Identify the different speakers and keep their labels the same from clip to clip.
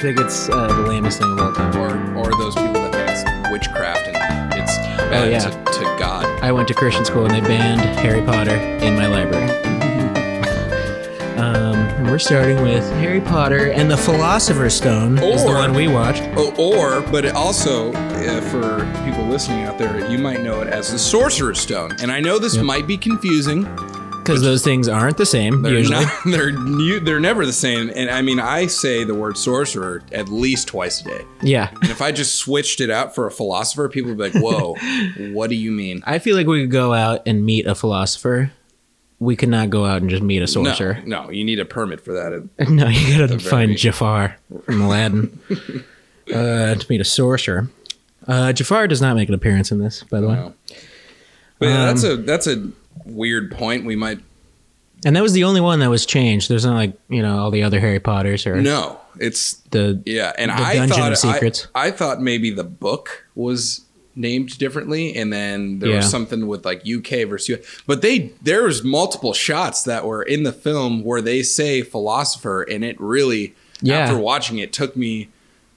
Speaker 1: think it's uh, the lamest thing of all time.
Speaker 2: or or those people that think it's witchcraft and it's bad
Speaker 1: Oh, yeah.
Speaker 2: to, to God.
Speaker 1: I went to Christian school and they banned Harry Potter in my library. um, and we're starting with Harry Potter and the Philosopher's Stone is the
Speaker 2: Or-
Speaker 1: one we watched.
Speaker 2: O- Oh, Or, but it also uh, for people listening out there, you might know it as the Sorcerer's Stone. And I know this might be confusing.
Speaker 1: Because those things aren't the same
Speaker 2: They're
Speaker 1: usually.
Speaker 2: not. They're new, they're never the same. And I mean, I say the word sorcerer at least twice a day.
Speaker 1: Yeah.
Speaker 2: And if I just switched it out for a philosopher, people would be like, "Whoa, what do you mean?"
Speaker 1: I feel like we could go out and meet a philosopher. We could not go out and just meet a
Speaker 2: No,
Speaker 1: sorcerer.
Speaker 2: no, you need a permit for that.
Speaker 1: No, you gotta
Speaker 2: very
Speaker 1: find
Speaker 2: least.
Speaker 1: Jafar from Aladdin uh, to meet a sorcerer. Uh, Jafar does not make an appearance in this, by the way.
Speaker 2: No. But yeah,
Speaker 1: Um,
Speaker 2: that's a that's a weird point. We might
Speaker 1: And that was the only one that was changed. There's not like you know all the other Harry Potters or
Speaker 2: no. It's
Speaker 1: the
Speaker 2: yeah, and
Speaker 1: The
Speaker 2: I
Speaker 1: Dungeon
Speaker 2: thought
Speaker 1: of Secrets.
Speaker 2: I, I thought maybe the book was named differently, and then there
Speaker 1: Yeah.
Speaker 2: was something with like UK versus U. But they there was multiple shots that were in the film where they say philosopher, and it really
Speaker 1: Yeah.
Speaker 2: after watching it took me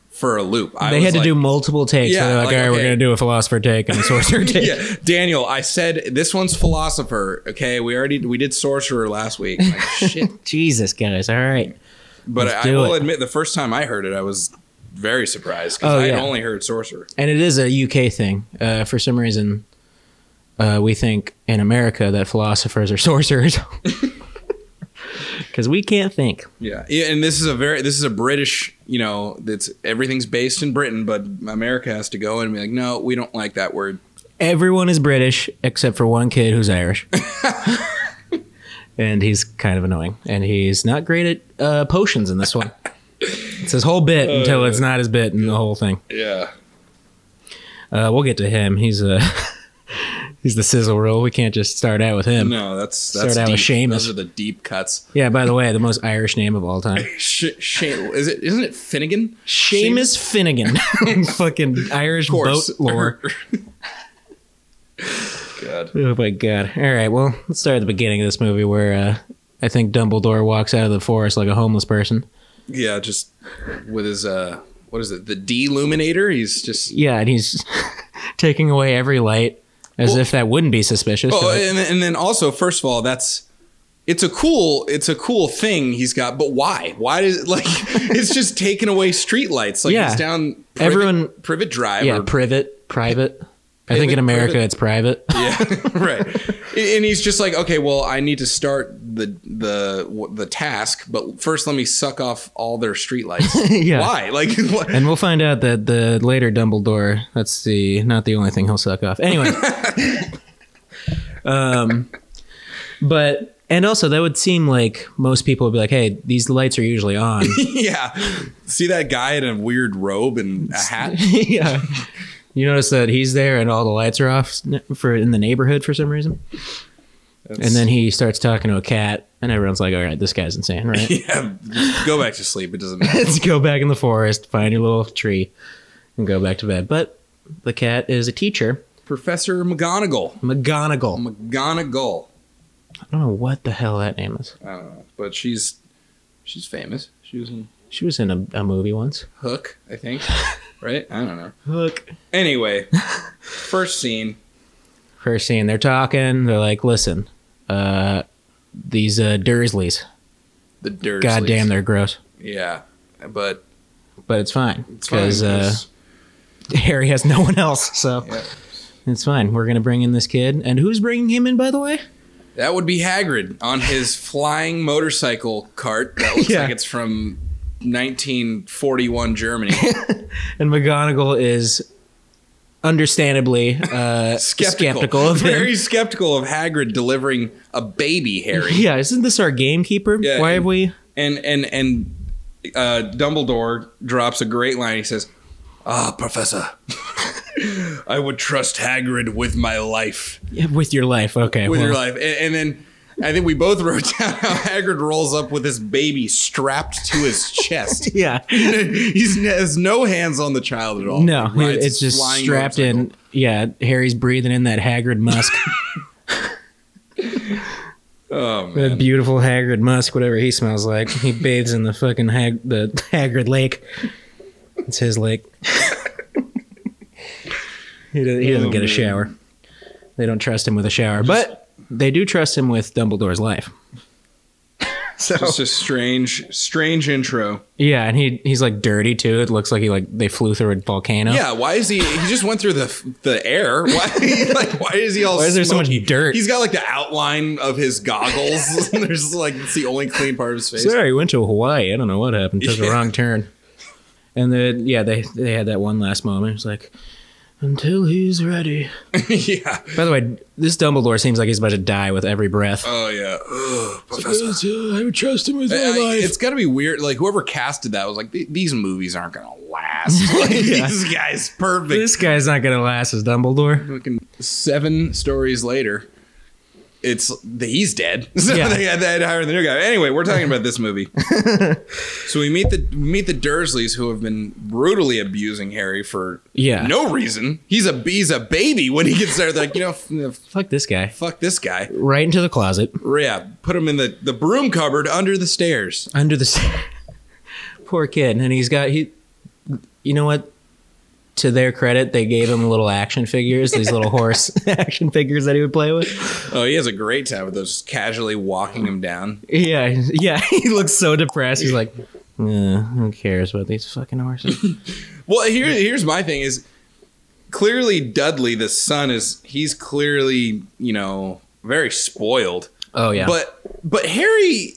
Speaker 2: for a loop. I
Speaker 1: they
Speaker 2: was
Speaker 1: had to
Speaker 2: like,
Speaker 1: do multiple takes.
Speaker 2: Yeah,
Speaker 1: They're like,
Speaker 2: like,
Speaker 1: all right, we're
Speaker 2: okay.
Speaker 1: gonna do a philosopher take and a sorcerer take.
Speaker 2: yeah, Daniel, I said this one's philosopher. Okay, we already we did sorcerer last week. Like, shit.
Speaker 1: Jesus, guys, all right.
Speaker 2: But
Speaker 1: Let's
Speaker 2: I, I
Speaker 1: do
Speaker 2: will
Speaker 1: it.
Speaker 2: admit, the first time I heard it, I was very surprised because
Speaker 1: Oh,
Speaker 2: I had
Speaker 1: yeah.
Speaker 2: only heard sorcerer.
Speaker 1: And it is a UK thing. Uh, for some reason, uh, we think in America that philosophers are sorcerers because we can't think.
Speaker 2: Yeah. yeah, and this is a very this is a British. You know, that's everything's based in Britain, but America has to go and be like, no, we don't like that word.
Speaker 1: Everyone is British except for one kid who's Irish. and he's kind of annoying. And he's not great at uh, potions in this one. It's his whole bit until it's not his bit in the whole thing.
Speaker 2: Yeah,
Speaker 1: Uh, we'll get to him. He's a he's the sizzle roll. We can't just start out with him.
Speaker 2: no, that's that's
Speaker 1: Start out with
Speaker 2: deep.
Speaker 1: Seamus.
Speaker 2: Those are the deep cuts.
Speaker 1: Yeah. By the way, the most Irish name of all time,
Speaker 2: Sh- Shane, is it? Isn't it Finnegan?
Speaker 1: Seamus Finnegan. Fucking Irish boat lore.
Speaker 2: God.
Speaker 1: Oh my god. All right. Well, let's start at the beginning of this movie where uh, I think Dumbledore walks out of the forest like a homeless person.
Speaker 2: Yeah, just with his uh, what is it? The deluminator. He's just
Speaker 1: Yeah, and he's taking away every light as if that wouldn't be suspicious.
Speaker 2: Oh,
Speaker 1: Like,
Speaker 2: and, and then also, first of all, that's it's a cool it's a cool thing he's got, but why? Why does like it's just taking away streetlights? Like
Speaker 1: Yeah.
Speaker 2: it's down
Speaker 1: Everyone-
Speaker 2: Privet Drive.
Speaker 1: yeah,
Speaker 2: or-
Speaker 1: privet, private. I think
Speaker 2: Pivot,
Speaker 1: in America
Speaker 2: privet.
Speaker 1: it's private.
Speaker 2: yeah, right. And he's just like, okay, well, I need to start the the the task, but first let me suck off all their streetlights.
Speaker 1: Yeah.
Speaker 2: Why? Like, what?
Speaker 1: And we'll find out that the later Dumbledore, that's the not the only thing he'll suck off. Anyway. um but and also that would seem like most people would be like, "Hey, these lights are usually on."
Speaker 2: yeah. See that guy in a weird robe and a hat?
Speaker 1: yeah. You notice that he's there and all the lights are off for in the neighborhood for some reason. And then he starts talking to a cat, and everyone's like, "All right, this guy's insane, right?"
Speaker 2: Yeah, just go back to sleep. It doesn't matter.
Speaker 1: Let's go back in the forest, find your little tree, and go back to bed. But the cat is a teacher,
Speaker 2: Professor McGonagall.
Speaker 1: McGonagall.
Speaker 2: McGonagall.
Speaker 1: I don't know what the hell that name is.
Speaker 2: I don't know, but she's she's famous. She was in
Speaker 1: She was in a, a movie once.
Speaker 2: Hook, I think. right? I don't know.
Speaker 1: Look,
Speaker 2: Anyway, first scene.
Speaker 1: first scene, they're talking. They're like, "Listen, uh, these uh, Dursleys,
Speaker 2: The Dursleys.
Speaker 1: goddamn, they're gross."
Speaker 2: Yeah, but
Speaker 1: But it's fine
Speaker 2: it's fine,
Speaker 1: because uh, Harry has no one else, so
Speaker 2: Yeah.
Speaker 1: it's fine. We're gonna bring in this kid, and who's bringing him in, by the way?
Speaker 2: that would be Hagrid on his flying motorcycle cart that looks
Speaker 1: Yeah.
Speaker 2: like it's from 1941 Germany.
Speaker 1: And McGonagall is understandably uh, skeptical. of him.
Speaker 2: very skeptical of Hagrid delivering a baby Harry.
Speaker 1: yeah, isn't this our gamekeeper?
Speaker 2: Yeah,
Speaker 1: Why
Speaker 2: and-
Speaker 1: have we?
Speaker 2: and and and uh, Dumbledore drops a great line. He says, "Ah, Professor, I would trust Hagrid with my life,
Speaker 1: Yeah, With your life, okay.
Speaker 2: with your
Speaker 1: well,
Speaker 2: life." And, and then I think we both wrote down how Hagrid rolls up with his baby strapped to his chest.
Speaker 1: Yeah.
Speaker 2: He's has no hands on the child at all.
Speaker 1: No,
Speaker 2: He rides
Speaker 1: it's just
Speaker 2: flying
Speaker 1: strapped
Speaker 2: motorcycle.
Speaker 1: in. Yeah, Harry's breathing in that Hagrid musk.
Speaker 2: Oh man.
Speaker 1: The beautiful Hagrid Musk, whatever he smells like. He bathes in the fucking Hag- the Hagrid Lake. It's his lake. he doesn't, he doesn't
Speaker 2: Oh,
Speaker 1: get a
Speaker 2: man.
Speaker 1: shower. They don't trust him with a shower, but they do trust him with Dumbledore's life. So
Speaker 2: Just a strange, strange intro.
Speaker 1: yeah, and he he's like dirty too. It looks like he like they flew through a volcano.
Speaker 2: Yeah, why is he? He just went through the the air. Why? Like, why is he all?
Speaker 1: Why is there so much
Speaker 2: smoky?
Speaker 1: dirt?
Speaker 2: He's got like the outline of his goggles. There's like it's the only clean part of his face.
Speaker 1: Sorry, went to Hawaii. I don't know what happened. Took a
Speaker 2: Yeah.
Speaker 1: wrong turn. And then yeah, they they had that one last moment. It's like until he's ready.
Speaker 2: yeah.
Speaker 1: By the way, this Dumbledore seems like he's about to die with every breath.
Speaker 2: Oh yeah. Ugh, Professor.
Speaker 1: I would trust him with
Speaker 2: I- I- it's got to be weird. Like whoever casted that was like, "Th- these movies aren't gonna last. Like, These guys perfect.
Speaker 1: This guy's not gonna last as Dumbledore.
Speaker 2: Fucking seven stories later, it's he's dead. So
Speaker 1: Yeah.
Speaker 2: they had to hire the new guy. Anyway, we're talking about this movie. so we meet the we meet the Dursleys who have been brutally abusing Harry for
Speaker 1: Yeah.
Speaker 2: no reason. He's a he's a baby when he gets there. They're like, you know, f- you know,
Speaker 1: Fuck this guy.
Speaker 2: fuck this guy.
Speaker 1: Right into the closet
Speaker 2: Yeah, put him in the the broom cupboard under the stairs.
Speaker 1: under the. s- Poor kid, and he's got he. You know what? To their credit, they gave him little action figures, these little horse action figures that he would play with.
Speaker 2: Oh, he has a great time with those just casually walking him down.
Speaker 1: Yeah, yeah. He looks so depressed. He's like, "Eh, who cares about these fucking horses?
Speaker 2: Well, here, here's my thing is clearly Dudley, the son, is he's clearly you know very spoiled,
Speaker 1: Oh yeah,
Speaker 2: but but Harry.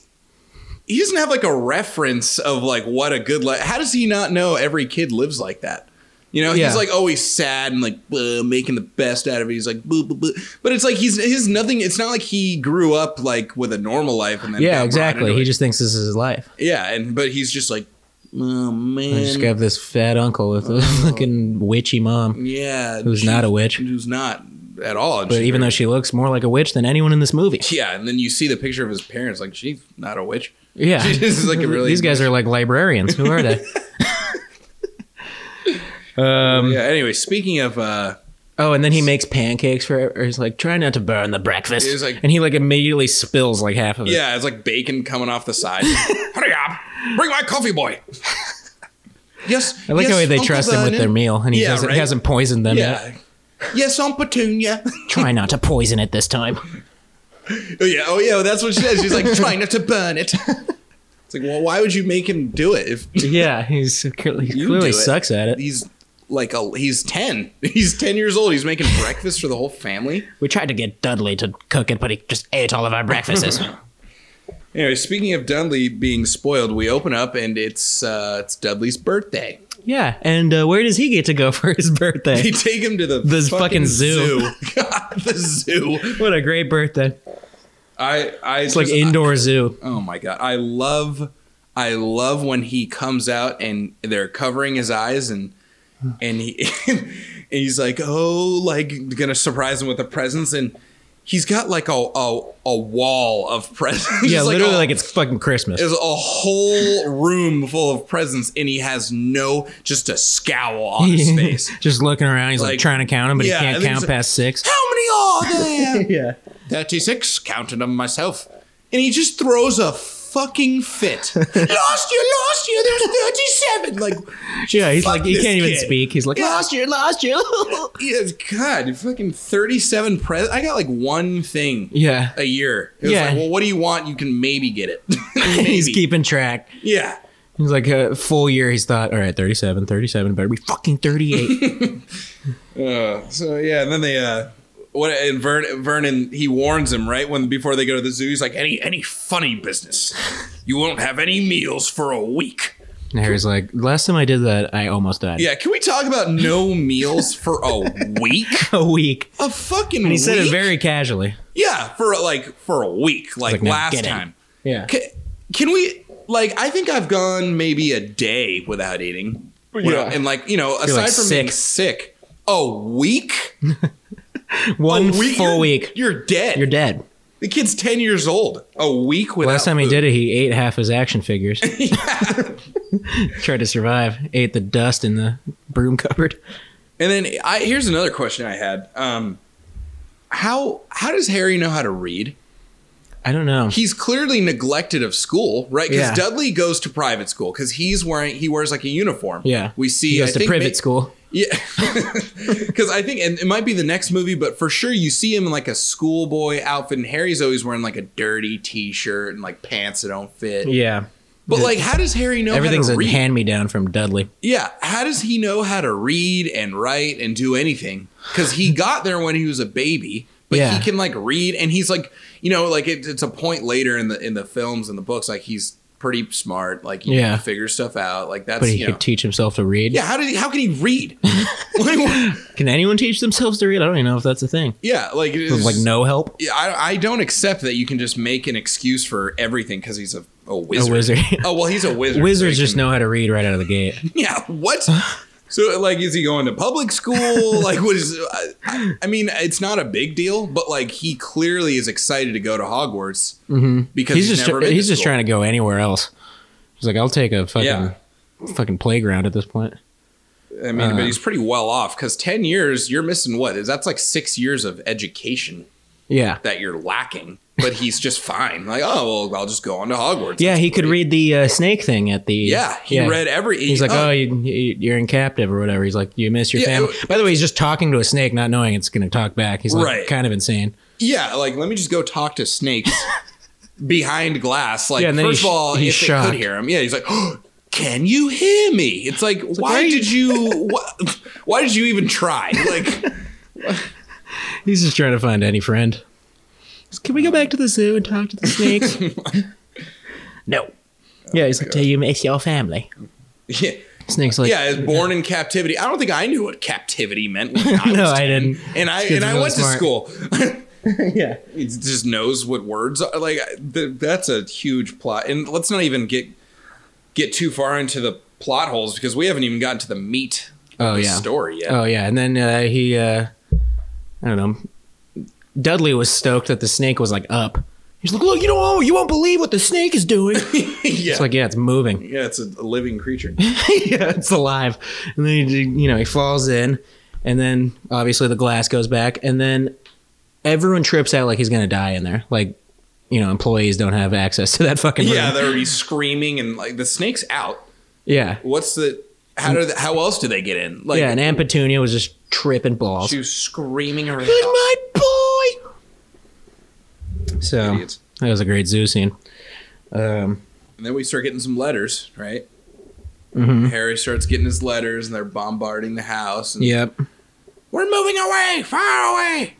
Speaker 2: He doesn't have like a reference of like what a good life. How does he not know every kid lives like that? You know,
Speaker 1: Yeah.
Speaker 2: he's like always sad and like uh, making the best out of it. He's like, boo, boo, boo. but it's like he's his nothing. It's not like he grew up like with a normal life and then got
Speaker 1: yeah,
Speaker 2: brought
Speaker 1: exactly.
Speaker 2: into
Speaker 1: He
Speaker 2: it.
Speaker 1: just thinks this is his life.
Speaker 2: yeah, and but he's just like, oh man,
Speaker 1: I just got this fat uncle with a fucking witchy mom
Speaker 2: yeah,
Speaker 1: who's
Speaker 2: Oh. she-
Speaker 1: not a witch.
Speaker 2: who's not at all.
Speaker 1: But even though she looks more like a witch than anyone in this movie.
Speaker 2: yeah, and then you see the picture of his parents, like she's not a witch.
Speaker 1: Yeah.
Speaker 2: This is like a really
Speaker 1: These guys are like librarians. Who are they? um,
Speaker 2: Yeah. Anyway, speaking of, uh,
Speaker 1: Oh, and then he makes pancakes for. Or he's like, try not to burn the breakfast.
Speaker 2: He's like-
Speaker 1: and he like immediately spills like half of it.
Speaker 2: yeah, it's like bacon coming off the side. Hurry up! Bring my coffee, boy. yes.
Speaker 1: I like
Speaker 2: yes,
Speaker 1: how they
Speaker 2: Uncle
Speaker 1: trust him with
Speaker 2: Vernon.
Speaker 1: their meal, and he
Speaker 2: Yeah,
Speaker 1: hasn't,
Speaker 2: right?
Speaker 1: hasn't poisoned them yet.
Speaker 2: Yeah. Yes, Aunt Petunia.
Speaker 1: Try not to poison it this time.
Speaker 2: oh yeah. Oh yeah. That's what she says. She's like trying not to burn it. It's like, well, why would you make him do it if
Speaker 1: Yeah, he's he
Speaker 2: You do
Speaker 1: clearly
Speaker 2: it.
Speaker 1: sucks at it.
Speaker 2: He's like a he's ten. He's ten years old. He's making breakfast for the whole family.
Speaker 1: We tried to get Dudley to cook it, but he just ate all of our breakfasts.
Speaker 2: Anyway, speaking of Dudley being spoiled, we open up and it's uh, it's Dudley's birthday.
Speaker 1: yeah, and uh, where does he get to go for his birthday?
Speaker 2: They take him to the
Speaker 1: The fucking zoo.
Speaker 2: God, the zoo.
Speaker 1: What a great birthday!
Speaker 2: I I
Speaker 1: It's like indoor zoo.
Speaker 2: oh my god, I love I love when he comes out and they're covering his eyes and and he and he's like oh like gonna surprise him with the presents and. He's got like a a, a wall of presents.
Speaker 1: Yeah,
Speaker 2: Just
Speaker 1: literally
Speaker 2: a-
Speaker 1: like it's fucking Christmas.
Speaker 2: There's a whole room full of presents, and he has no, just a scowl on his face.
Speaker 1: just looking around, he's like,
Speaker 2: Like,
Speaker 1: trying to count them, but
Speaker 2: yeah,
Speaker 1: he
Speaker 2: and
Speaker 1: can't
Speaker 2: then
Speaker 1: count
Speaker 2: he's like-
Speaker 1: past six.
Speaker 2: How many are there?
Speaker 1: Yeah,
Speaker 2: 36, counted them myself. And he just throws a fucking fit. lost you, lost you, there's 37. Like,
Speaker 1: yeah. He's
Speaker 2: Fuck
Speaker 1: like he
Speaker 2: this
Speaker 1: can't even
Speaker 2: kid.
Speaker 1: speak. He's like
Speaker 2: Yeah.
Speaker 1: last year, last year.
Speaker 2: yes, God, fucking 37 presents. I got like one thing
Speaker 1: yeah,
Speaker 2: a year. It was
Speaker 1: Yeah.
Speaker 2: like, well, what do you want? You can maybe get it.
Speaker 1: he's
Speaker 2: maybe.
Speaker 1: keeping track.
Speaker 2: yeah.
Speaker 1: He's like a full year. He's thought, all right, 37, 37, better be fucking 38.
Speaker 2: Uh, so yeah, and then they uh, what and Vern, Vernon he warns him right when before they go to the zoo. He's like, any any funny business, you won't have any meals for a week.
Speaker 1: and Harry's like, last time I did that, I almost died.
Speaker 2: Yeah, can we talk about no meals for a week?
Speaker 1: A week.
Speaker 2: A fucking.
Speaker 1: And he said it
Speaker 2: week?
Speaker 1: very casually.
Speaker 2: yeah for like for a week, like,
Speaker 1: like, now
Speaker 2: last
Speaker 1: get it.
Speaker 2: time.
Speaker 1: Yeah.
Speaker 2: Can, can we like? I think I've gone maybe a day without eating. You know,
Speaker 1: Yeah.
Speaker 2: and like you know, aside
Speaker 1: like,
Speaker 2: from being sick, a week,
Speaker 1: One
Speaker 2: a week
Speaker 1: full
Speaker 2: you're-
Speaker 1: week.
Speaker 2: you're dead.
Speaker 1: You're dead.
Speaker 2: The kid's ten years old. A week without.
Speaker 1: Last time he
Speaker 2: food.
Speaker 1: did it, he ate half his action figures. Tried to survive. Ate the dust in the broom cupboard.
Speaker 2: And then I here's another question I had. Um, how how does Harry know how to read?
Speaker 1: I don't know.
Speaker 2: he's clearly neglected of school, right? Because
Speaker 1: Yeah.
Speaker 2: Dudley goes to private school because he's wearing he wears like a uniform.
Speaker 1: Yeah.
Speaker 2: we see
Speaker 1: He goes
Speaker 2: I
Speaker 1: to
Speaker 2: think
Speaker 1: private
Speaker 2: ma-
Speaker 1: school.
Speaker 2: Yeah, because I think and it might be the next movie, but for sure you see him in like a schoolboy outfit, and Harry's always wearing like a dirty T-shirt and like pants that don't fit.
Speaker 1: Yeah.
Speaker 2: But like, how does Harry know
Speaker 1: Everything's
Speaker 2: how
Speaker 1: a
Speaker 2: to read?
Speaker 1: hand me down from Dudley.
Speaker 2: yeah, how does he know how to read and write and do anything? Because he got there when he was a baby, but
Speaker 1: Yeah.
Speaker 2: he can like read, and he's like, you know, like it, it's a point later in the in the films and the books, like he's pretty smart, like you know,
Speaker 1: Yeah.
Speaker 2: he figures stuff out, like that's
Speaker 1: But he
Speaker 2: you know,
Speaker 1: could teach himself to read.
Speaker 2: yeah. How did he, how can he read? Like, what-
Speaker 1: Can anyone teach themselves to read? I don't even know if that's a thing.
Speaker 2: yeah, like it is,
Speaker 1: With, like no help.
Speaker 2: Yeah, I, I don't accept that you can just make an excuse for everything because he's a, a wizard.
Speaker 1: wizard.
Speaker 2: oh well, he's a wizard. so
Speaker 1: Wizards
Speaker 2: he
Speaker 1: just know how to read right out of the gate.
Speaker 2: can- Yeah. What? so like, is he going to public school? like, what is? I- I, I mean, it's not a big deal, but like, he clearly is excited to go to Hogwarts because
Speaker 1: Mm-hmm. He's,
Speaker 2: he's,
Speaker 1: just
Speaker 2: never
Speaker 1: tr-
Speaker 2: been
Speaker 1: he's
Speaker 2: to
Speaker 1: just
Speaker 2: school.
Speaker 1: trying to go anywhere else. He's like, I'll take a fucking
Speaker 2: Yeah.
Speaker 1: fucking playground at this point.
Speaker 2: I mean,
Speaker 1: Uh-huh.
Speaker 2: but he's pretty well off because ten years you're missing what is that's like six years of education
Speaker 1: Yeah.
Speaker 2: that you're lacking. But he's just fine. Like, oh well, I'll just go on to Hogwarts.
Speaker 1: Yeah,
Speaker 2: That's
Speaker 1: he could
Speaker 2: great.
Speaker 1: read the uh, snake thing at the.
Speaker 2: Yeah, he read every.
Speaker 1: He's like,
Speaker 2: oh,
Speaker 1: oh, you, you- you're in captive or whatever. He's like, you miss your
Speaker 2: Yeah,
Speaker 1: family.
Speaker 2: it-
Speaker 1: By the way, he's just talking to a snake, not knowing it's going to talk back. He's like,
Speaker 2: Right.
Speaker 1: kind of insane.
Speaker 2: Yeah, like let me just go talk to snakes behind glass. Like
Speaker 1: Yeah, and then
Speaker 2: first
Speaker 1: he-
Speaker 2: of all,
Speaker 1: he's
Speaker 2: if they
Speaker 1: shocked.
Speaker 2: could hear him, yeah, he's like, "Can you hear me?" It's like, why
Speaker 1: why are you-
Speaker 2: did you? wh- why did you even try? Like,
Speaker 1: He's just trying to find any friend. He's, Can we go back to the zoo and talk to the snakes? no. Yeah, he's like, do you miss your family?
Speaker 2: yeah,
Speaker 1: Snake's like,
Speaker 2: yeah, I was born in captivity. I don't think I knew what captivity meant. When I was
Speaker 1: No,
Speaker 2: 10.
Speaker 1: I didn't.
Speaker 2: And I
Speaker 1: This kid's
Speaker 2: and I
Speaker 1: really
Speaker 2: went
Speaker 1: smart.
Speaker 2: to school.
Speaker 1: yeah.
Speaker 2: He just knows what words are. Like I- th- that's a huge plot. And let's not even get get too far into the plot holes because we haven't even gotten to the meat.
Speaker 1: Oh,
Speaker 2: of the
Speaker 1: yeah.
Speaker 2: story yet.
Speaker 1: Oh yeah, and then uh, he, uh, I don't know. Dudley was stoked that the snake was like up. He's like, look, you don't, oh, you won't believe what the snake is doing.
Speaker 2: yeah.
Speaker 1: It's like, yeah, it's moving.
Speaker 2: Yeah, it's a, a living creature.
Speaker 1: yeah, it's alive. And then he, you know, he falls in, and then obviously the glass goes back, and then everyone trips out like he's gonna die in there. Like, you know, employees don't have access to that fucking room.
Speaker 2: yeah, they're already screaming and like the snake's out.
Speaker 1: yeah,
Speaker 2: What's the how do the, how else do they get in? Like
Speaker 1: yeah. And Aunt Petunia was just tripping balls.
Speaker 2: she was screaming her
Speaker 1: But my boy. So
Speaker 2: Idiots.
Speaker 1: that was a great zoo scene. Um,
Speaker 2: And then we start getting some letters, right?
Speaker 1: Mm-hmm.
Speaker 2: Harry starts getting his letters and they're bombarding the house and
Speaker 1: yep.
Speaker 2: we're moving away, far away.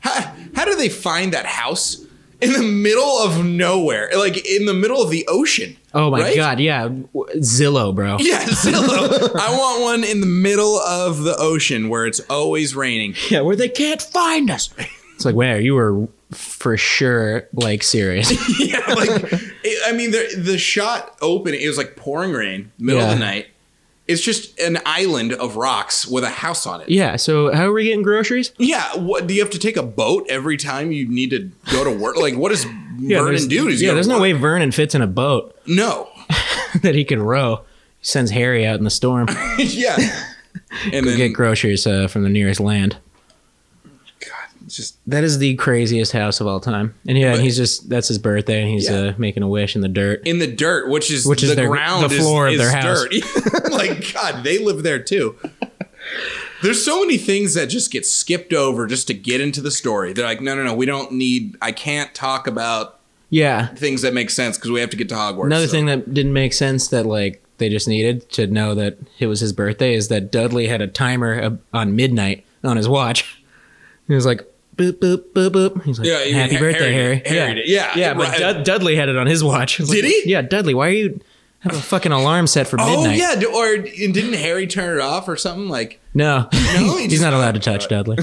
Speaker 2: How, how do they find that house in the middle of nowhere? Like in the middle of the ocean.
Speaker 1: Oh my
Speaker 2: right?
Speaker 1: god, yeah, W- Zillow, bro.
Speaker 2: Yeah, Zillow. I want one in the middle of the ocean where it's always raining.
Speaker 1: Yeah, where they can't find us. It's like, wow, you were for sure like serious.
Speaker 2: yeah, like it, I mean, the, the shot opening it was like pouring rain, middle of
Speaker 1: Yeah.
Speaker 2: the night. It's just an island of rocks with a house on it.
Speaker 1: yeah. So how are we getting groceries?
Speaker 2: Yeah, what do you have to take a boat every time you need to go to work? Like, what does Vernon
Speaker 1: there's-
Speaker 2: do? Does he
Speaker 1: yeah,
Speaker 2: go to
Speaker 1: there's no
Speaker 2: work?
Speaker 1: way Vernon fits in a boat
Speaker 2: No,
Speaker 1: that he could row. He sends Harry out in the storm
Speaker 2: yeah, and
Speaker 1: to get
Speaker 2: then
Speaker 1: groceries uh, from the nearest land.
Speaker 2: God, just
Speaker 1: That is the craziest house of all time. And yeah, and he's just that's his birthday, and he's
Speaker 2: Yeah.
Speaker 1: uh, making a wish in the dirt.
Speaker 2: in the dirt, which is
Speaker 1: Which is
Speaker 2: the
Speaker 1: their-
Speaker 2: ground,
Speaker 1: the
Speaker 2: is-
Speaker 1: floor of
Speaker 2: is,
Speaker 1: their house.
Speaker 2: dirt. like God, they live there too. There's so many things that just get skipped over just to get into the story. They're like, no, no, no, we don't need. I can't talk about
Speaker 1: Yeah,
Speaker 2: things that make sense because we have to get to Hogwarts.
Speaker 1: Another
Speaker 2: So-
Speaker 1: thing that didn't make sense that like they just needed to know that it was his birthday is that Dudley had a timer uh, on midnight on his watch. He was like boop boop boop boop. He's like,
Speaker 2: Yeah, you-
Speaker 1: "Happy
Speaker 2: Ha-
Speaker 1: birthday, Harry."
Speaker 2: Harry did- Harry did- yeah,
Speaker 1: yeah, but
Speaker 2: right.
Speaker 1: Dud- Dudley had it on his watch. It was
Speaker 2: Did
Speaker 1: like,
Speaker 2: he?
Speaker 1: Yeah, Dudley, why are you have a fucking alarm set for
Speaker 2: Oh
Speaker 1: midnight?
Speaker 2: yeah, d- or and didn't Harry turn it off or something like?
Speaker 1: No,
Speaker 2: No, he
Speaker 1: he's
Speaker 2: just-
Speaker 1: not allowed to touch Dudley.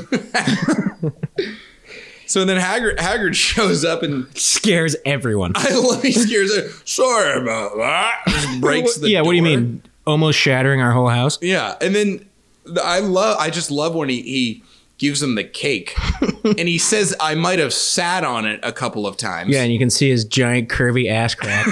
Speaker 2: So then Hagrid, Hagrid shows up and
Speaker 1: Scares everyone.
Speaker 2: I love he scares her. Sorry about that. Just breaks the
Speaker 1: yeah, what do you
Speaker 2: door.
Speaker 1: mean? Almost shattering our whole house.
Speaker 2: Yeah, and then the, I love. I just love when he, he gives him the cake, and he says, "I might have sat on it a couple of times."
Speaker 1: Yeah, and you can see his giant curvy ass crack.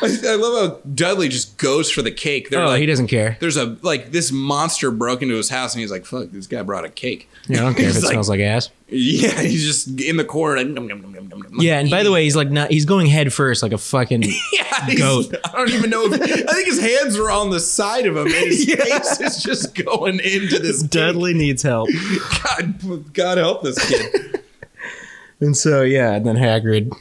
Speaker 2: I, I love how Dudley just goes for the cake. They're
Speaker 1: oh,
Speaker 2: like,
Speaker 1: he doesn't care.
Speaker 2: there's a like this monster broke into his house, and he's like, "Fuck, this guy brought a cake."
Speaker 1: Yeah, I don't care if
Speaker 2: He's
Speaker 1: it
Speaker 2: like-
Speaker 1: smells like ass.
Speaker 2: Yeah, he's just in the corner. Like, nom, nom, nom, nom, nom, nom,
Speaker 1: Yeah, and by the way, he's like not he's going head first like a fucking
Speaker 2: yeah, he's-
Speaker 1: goat.
Speaker 2: I don't even know. If, I think his hands are on the side of him. And his face is just going into this.
Speaker 1: Dudley needs help.
Speaker 2: God, God help this kid.
Speaker 1: And so yeah, and then Hagrid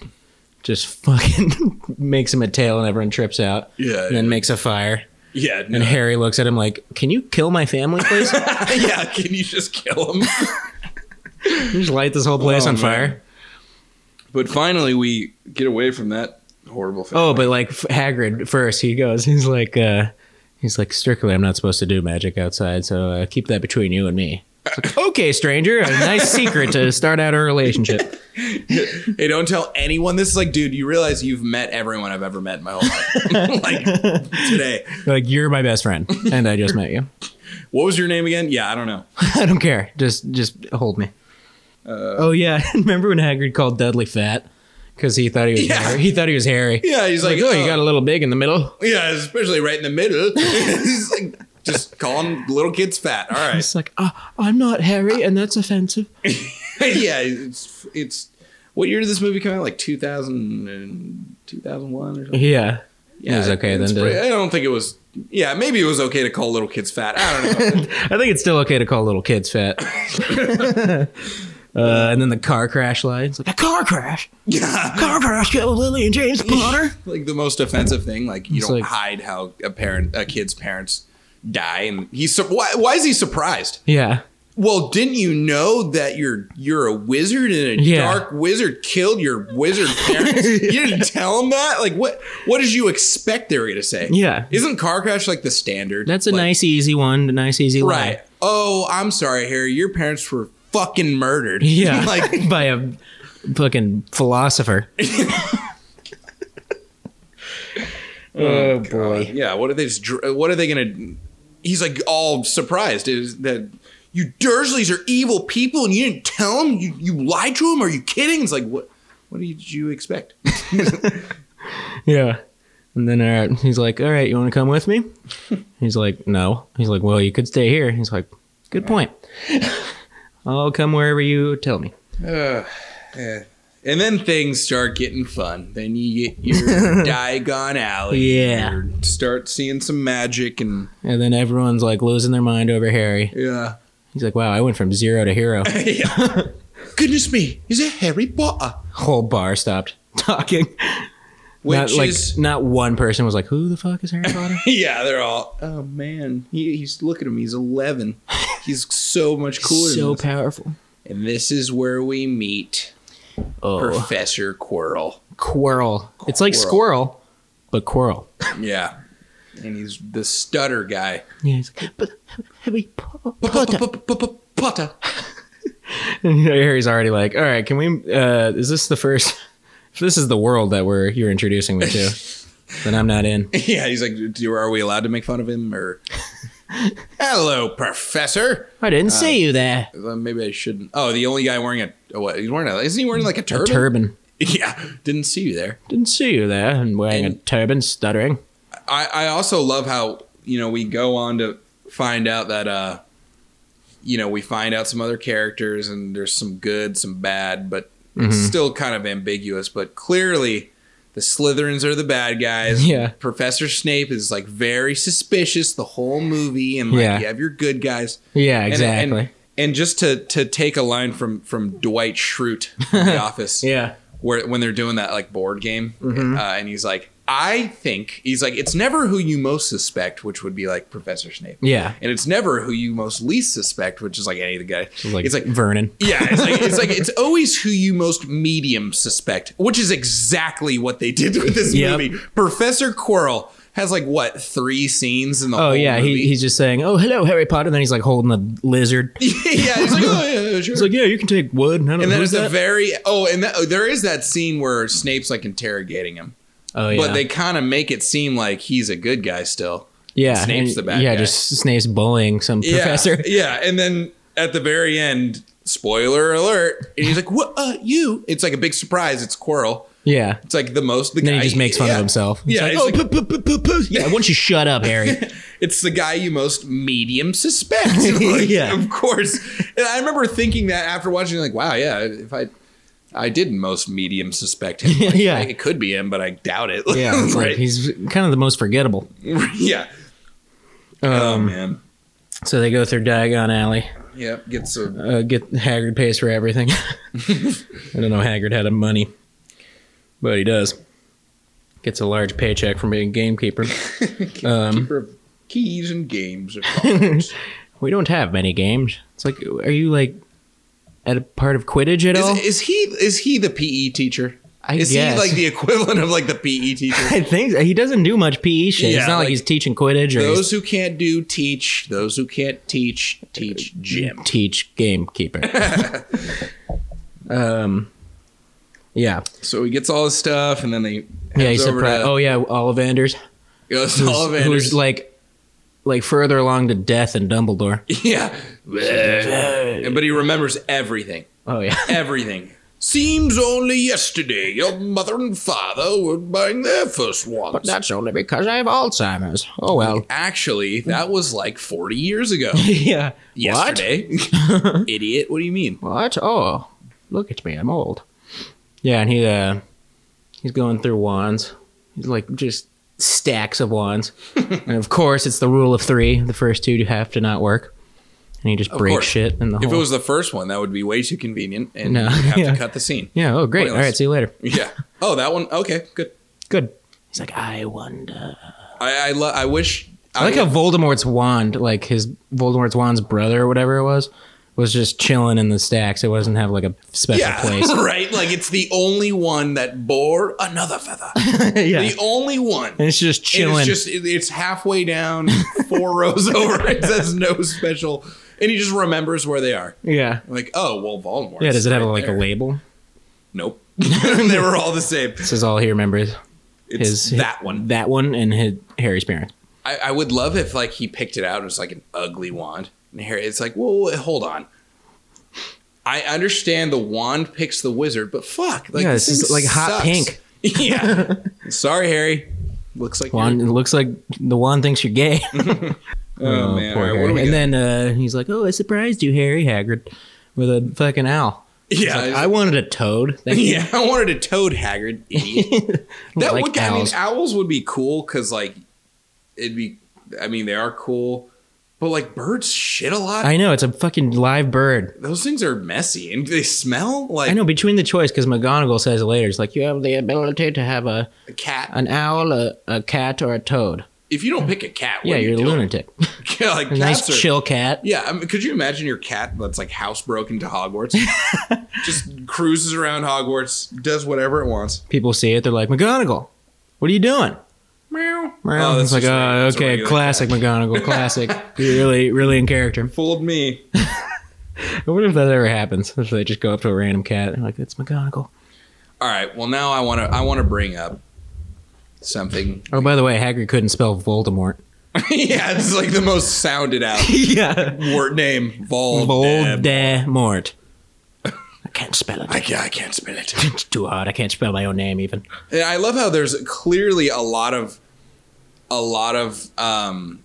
Speaker 1: just fucking makes him a tail and everyone trips out.
Speaker 2: Yeah.
Speaker 1: And then makes a fire.
Speaker 2: Yeah,
Speaker 1: And
Speaker 2: no.
Speaker 1: Harry looks at him like, Can you kill my family, please?
Speaker 2: yeah. Can you just kill him?
Speaker 1: just light this whole place
Speaker 2: Oh,
Speaker 1: on
Speaker 2: man.
Speaker 1: fire.
Speaker 2: But finally, we get away from that horrible thing.
Speaker 1: Oh, but like F- Hagrid first, he goes, he's like, uh, he's like, strictly, I'm not supposed to do magic outside, so uh, keep that between you and me. It's like, okay, stranger, a nice secret to start out our relationship. Oh.
Speaker 2: Hey, don't tell anyone. This is like, dude, you realize you've met everyone I've ever met in my whole life. like today.
Speaker 1: Like, you're my best friend, and I just met you.
Speaker 2: What was your name again? Yeah, I don't know.
Speaker 1: I don't care. Just, just hold me.
Speaker 2: Uh,
Speaker 1: oh yeah, remember when Hagrid called Dudley fat because he thought he was
Speaker 2: Yeah.
Speaker 1: hairy. he thought he was hairy.
Speaker 2: Yeah, he's like, uh,
Speaker 1: Like, oh, you got a little big in the middle.
Speaker 2: yeah, especially right in the middle. he's like, just calling little kids fat. All right.
Speaker 1: It's like, oh, I'm not hairy, and that's offensive.
Speaker 2: yeah, it's it's. What year did this movie come out? Like 2000 and 2001 or something.
Speaker 1: Yeah,
Speaker 2: Yeah,
Speaker 1: it was okay
Speaker 2: it's
Speaker 1: then. to-
Speaker 2: pretty- I don't think it was. Yeah, maybe it was okay to call little kids fat. I don't know.
Speaker 1: I think it's still okay to call little kids fat. Uh, and then the car crash line. It's like a car crash.
Speaker 2: yeah,
Speaker 1: Car crash killed Lily and James Potter.
Speaker 2: like the most offensive thing. Like you
Speaker 1: It's
Speaker 2: don't
Speaker 1: like-
Speaker 2: hide how a parent, a kid's parents die, and he's sur- why, why is he surprised?
Speaker 1: yeah,
Speaker 2: Well, didn't you know that you're you're a wizard and a
Speaker 1: Yeah.
Speaker 2: dark wizard killed your wizard parents? you didn't tell him that. Like what? What did you expect they were gonna say?
Speaker 1: Yeah.
Speaker 2: isn't car crash like the standard?
Speaker 1: that's a
Speaker 2: Like,
Speaker 1: nice easy one. A nice easy line.
Speaker 2: right. Oh, I'm sorry, Harry. Your parents were fucking murdered.
Speaker 1: Yeah,
Speaker 2: like
Speaker 1: like by a fucking philosopher. oh boy.
Speaker 2: Yeah, what are they? Just, dr- what are they gonna? He's like all surprised is that you Dursleys are evil people, and you didn't tell them. You you lied to them. Are you kidding? It's like what? What did you expect?
Speaker 1: Yeah. And then uh, he's like, "All right, you want to come with me?" He's like, "No." He's like, "Well, you could stay here." He's like, "Good point. I'll come wherever you tell me."
Speaker 2: And then things start getting fun. Then you get your Diagon Alley.
Speaker 1: Oh, Yeah.
Speaker 2: You Start seeing some magic and
Speaker 1: And then everyone's like losing their mind over Harry.
Speaker 2: yeah.
Speaker 1: He's like, wow, I went from zero to hero.
Speaker 2: yeah. Goodness me, is it Harry Potter?
Speaker 1: Whole bar stopped talking.
Speaker 2: Which
Speaker 1: not, like,
Speaker 2: is
Speaker 1: not one person was like, who the fuck is Harry Potter?
Speaker 2: yeah, they're all. Oh man, he, he's look at him. He's eleven. He's so much cooler. than
Speaker 1: so
Speaker 2: us."
Speaker 1: powerful.
Speaker 2: And this is where we meet
Speaker 1: Oh,
Speaker 2: Professor Quirrell.
Speaker 1: Quirrell. It's like
Speaker 2: Quirrell.
Speaker 1: squirrel, but Quirrell.
Speaker 2: Yeah. And he's the stutter guy.
Speaker 1: Yeah, he's like, but Harry Po- Potter.
Speaker 2: Potter.
Speaker 1: And Harry's already like, all right, can we, uh, is this the first, if this is the world that we're, you're introducing me to, then I'm not in.
Speaker 2: Yeah, he's like, Do, are we allowed to make fun of him? Or, hello, Professor.
Speaker 1: I didn't see you there.
Speaker 2: Uh, Maybe I shouldn't. Oh, the only guy wearing a, a what? He's wearing a, isn't he wearing like a
Speaker 1: A
Speaker 2: turban?
Speaker 1: turban.
Speaker 2: yeah, didn't see you there.
Speaker 1: Didn't see you there and wearing a
Speaker 2: And-
Speaker 1: turban, stuttering.
Speaker 2: I, I also love how you know we go on to find out that uh you know we find out some other characters and there's some good some bad but
Speaker 1: Mm-hmm.
Speaker 2: it's still kind of ambiguous but clearly the slytherins are the bad guys
Speaker 1: Yeah.
Speaker 2: professor snape is like very suspicious the whole movie and like
Speaker 1: Yeah.
Speaker 2: you have your good guys
Speaker 1: Yeah,
Speaker 2: And- and-
Speaker 1: exactly.
Speaker 2: and, just to to take a line from from dwight schrute from the office
Speaker 1: yeah.
Speaker 2: where when they're doing that like board game,
Speaker 1: Mm-hmm.
Speaker 2: uh, and he's like, I think he's like, it's never who you most suspect, which would be like Professor Snape,
Speaker 1: Yeah.
Speaker 2: and it's never who you most least suspect, which is like any of the guys.
Speaker 1: Like,
Speaker 2: it's like.
Speaker 1: Vernon.
Speaker 2: yeah, it's like it's like it's always who you most medium suspect, which is exactly what they did with this
Speaker 1: Yep.
Speaker 2: movie. Professor Quirrell has like what three scenes in the
Speaker 1: Oh
Speaker 2: whole
Speaker 1: yeah,
Speaker 2: movie?
Speaker 1: he, he's just saying, "Oh hello, Harry Potter." And then he's like holding a lizard. He's
Speaker 2: yeah, he's like oh yeah, yeah, sure.
Speaker 1: like, "Yeah, you can take wood." And, I don't,
Speaker 2: and then at
Speaker 1: who's
Speaker 2: the
Speaker 1: that?
Speaker 2: very oh, and that, oh, there is that scene where Snape's like interrogating him.
Speaker 1: oh yeah,
Speaker 2: but they kind of make it seem like he's a good guy still.
Speaker 1: yeah,
Speaker 2: Snape's
Speaker 1: and-
Speaker 2: the bad
Speaker 1: yeah,
Speaker 2: guy.
Speaker 1: just Snape's bullying some professor.
Speaker 2: Yeah, and then at the very end, spoiler alert, and he's like, "What? Uh, you?" It's like a big surprise. It's Quirrell.
Speaker 1: Yeah,
Speaker 2: It's like the most. The
Speaker 1: and then
Speaker 2: guy
Speaker 1: he just makes fun
Speaker 2: yeah.
Speaker 1: of himself. He's
Speaker 2: Yeah,
Speaker 1: like,
Speaker 2: it's
Speaker 1: oh,
Speaker 2: like-
Speaker 1: poo, poo, poo, poo, poo." yeah. Why don't you shut up, Harry?
Speaker 2: it's the guy you most medium suspect. Like,
Speaker 1: Yeah.
Speaker 2: of course. And I remember thinking that after watching, like, wow, yeah, if I, I did most medium suspect him. Like,
Speaker 1: Yeah.
Speaker 2: it could be him, but I doubt it.
Speaker 1: Yeah, it's like
Speaker 2: right.
Speaker 1: he's kind of the most forgettable. Um,
Speaker 2: yeah. oh man.
Speaker 1: So they go through Diagon Alley,
Speaker 2: Yep. Gets a
Speaker 1: uh, get Haggard pays for everything. I don't know Haggard had a money, but he does. Gets a large paycheck from being gamekeeper. Um,
Speaker 2: keeper of keys and games.
Speaker 1: we don't have many games. It's like, are you like at a part of Quidditch at all?
Speaker 2: Is, is he is he the PE teacher?
Speaker 1: I
Speaker 2: is
Speaker 1: guess.
Speaker 2: he like the equivalent of like the PE teacher?
Speaker 1: I think so. he doesn't do much PE shit.
Speaker 2: Yeah,
Speaker 1: it's not like,
Speaker 2: like,
Speaker 1: he's teaching Quidditch or he's
Speaker 2: Those who can't do teach. Those who can't teach teach gym.
Speaker 1: teach gamekeeper. um, yeah,
Speaker 2: So he gets all his stuff, and then he
Speaker 1: yeah.
Speaker 2: heads
Speaker 1: He's
Speaker 2: over
Speaker 1: surprised.
Speaker 2: to
Speaker 1: oh yeah, Ollivanders,
Speaker 2: goes to
Speaker 1: who's,
Speaker 2: Ollivander's.
Speaker 1: who's like, like further along to death and Dumbledore.
Speaker 2: yeah, And- but he remembers everything.
Speaker 1: Oh yeah,
Speaker 2: Everything. Seems only yesterday your mother and father were buying their first ones.
Speaker 1: that's only because I have Alzheimer's. Oh well.
Speaker 2: Actually, that was like 40 years ago.
Speaker 1: yeah.
Speaker 2: Yesterday. Idiot, what do you mean?
Speaker 1: What? What? Oh, look at me. I'm old. Yeah, and he uh, he's going through wands. He's like just stacks of wands, and of course it's the rule of three. The first two have to not work, and he just breaks
Speaker 2: course.
Speaker 1: shit. And the
Speaker 2: If it
Speaker 1: whole
Speaker 2: was the first one, that would be way too convenient and
Speaker 1: Oh. No,
Speaker 2: you'd have
Speaker 1: yeah.
Speaker 2: to cut the scene.
Speaker 1: yeah. Oh, great.
Speaker 2: Pointless.
Speaker 1: All right. See you later.
Speaker 2: Yeah. Oh, that one? Okay, good.
Speaker 1: Good. He's like, I wonder.
Speaker 2: I I, lo- I wish
Speaker 1: I like how Voldemort's wand, like his Voldemort's wand's brother or whatever it was, was just chilling in the stacks. It wasn't have like a special
Speaker 2: yeah,
Speaker 1: place.
Speaker 2: right? Like it's the only one that bore another feather.
Speaker 1: yeah.
Speaker 2: The only one.
Speaker 1: and it's just
Speaker 2: And
Speaker 1: chilling.
Speaker 2: It's just it- it's halfway down, four rows over. It says no special, and he just remembers where they are.
Speaker 1: yeah.
Speaker 2: Like, oh well, Voldemort.
Speaker 1: Yeah. Does it have like a label?
Speaker 2: Nope. they were all the same.
Speaker 1: This is all he remembers.
Speaker 2: It's
Speaker 1: His
Speaker 2: that one.
Speaker 1: That one and his Harry's parents.
Speaker 2: I, I would love if like he picked it out. and It was like an ugly wand, and Harry. It's like, whoa, whoa, hold on. I understand the wand picks the wizard, but fuck, like
Speaker 1: Yeah,
Speaker 2: this
Speaker 1: this is
Speaker 2: thing
Speaker 1: like hot
Speaker 2: sucks.
Speaker 1: pink.
Speaker 2: yeah. Sorry, Harry. Looks like
Speaker 1: Juan,
Speaker 2: you're-
Speaker 1: it looks like the one thinks you're gay.
Speaker 2: Oh, man.
Speaker 1: poor
Speaker 2: All right, what
Speaker 1: Harry.
Speaker 2: do we
Speaker 1: and
Speaker 2: got?
Speaker 1: then uh, he's like, "Oh, I surprised you, Harry Hagrid, with a fucking owl."
Speaker 2: yeah,
Speaker 1: Like,
Speaker 2: it's-
Speaker 1: I wanted a toad. Thank you.
Speaker 2: Yeah, I wanted a toad haggard. Idiot. that
Speaker 1: Like
Speaker 2: would,
Speaker 1: owls.
Speaker 2: I mean, owls would be cool because like it'd be. I mean, they are cool, but like birds shit a lot.
Speaker 1: I know it's a fucking live bird.
Speaker 2: Those things are messy and they smell like
Speaker 1: I know between the choice because McGonagall says later, it's like you have the ability to have a
Speaker 2: a cat.
Speaker 1: an owl, a, a cat, or a toad.
Speaker 2: if you don't pick a cat, what
Speaker 1: yeah,
Speaker 2: are you
Speaker 1: you're a
Speaker 2: doing?
Speaker 1: lunatic.
Speaker 2: Yeah, like
Speaker 1: A nice
Speaker 2: cats are.
Speaker 1: chill cat.
Speaker 2: yeah, I mean, could you imagine your cat that's like housebroken to Hogwarts, just cruises around Hogwarts, does whatever it wants.
Speaker 1: People see it, they're like McGonagall, what are you doing?
Speaker 2: Meow.
Speaker 1: Well, it's like,
Speaker 2: just
Speaker 1: oh,
Speaker 2: regular- that's a
Speaker 1: okay,
Speaker 2: regular
Speaker 1: classic
Speaker 2: cat.
Speaker 1: McGonagall, classic. You're really, really in character.
Speaker 2: Fooled me.
Speaker 1: I wonder if that ever happens. If they just go up to a random cat and like, it's McGonagall.
Speaker 2: All right. Well, now I want to. I want to bring up something
Speaker 1: Oh, by the way, Hagrid couldn't spell Voldemort.
Speaker 2: yeah, it's like the most sounded out
Speaker 1: yeah.
Speaker 2: word name. Vold.
Speaker 1: Voldemort. I can't spell it.
Speaker 2: I, ca- I can't spell it.
Speaker 1: It's too hard. I can't spell my own name even.
Speaker 2: And I love how there's clearly a lot of, a lot of, um,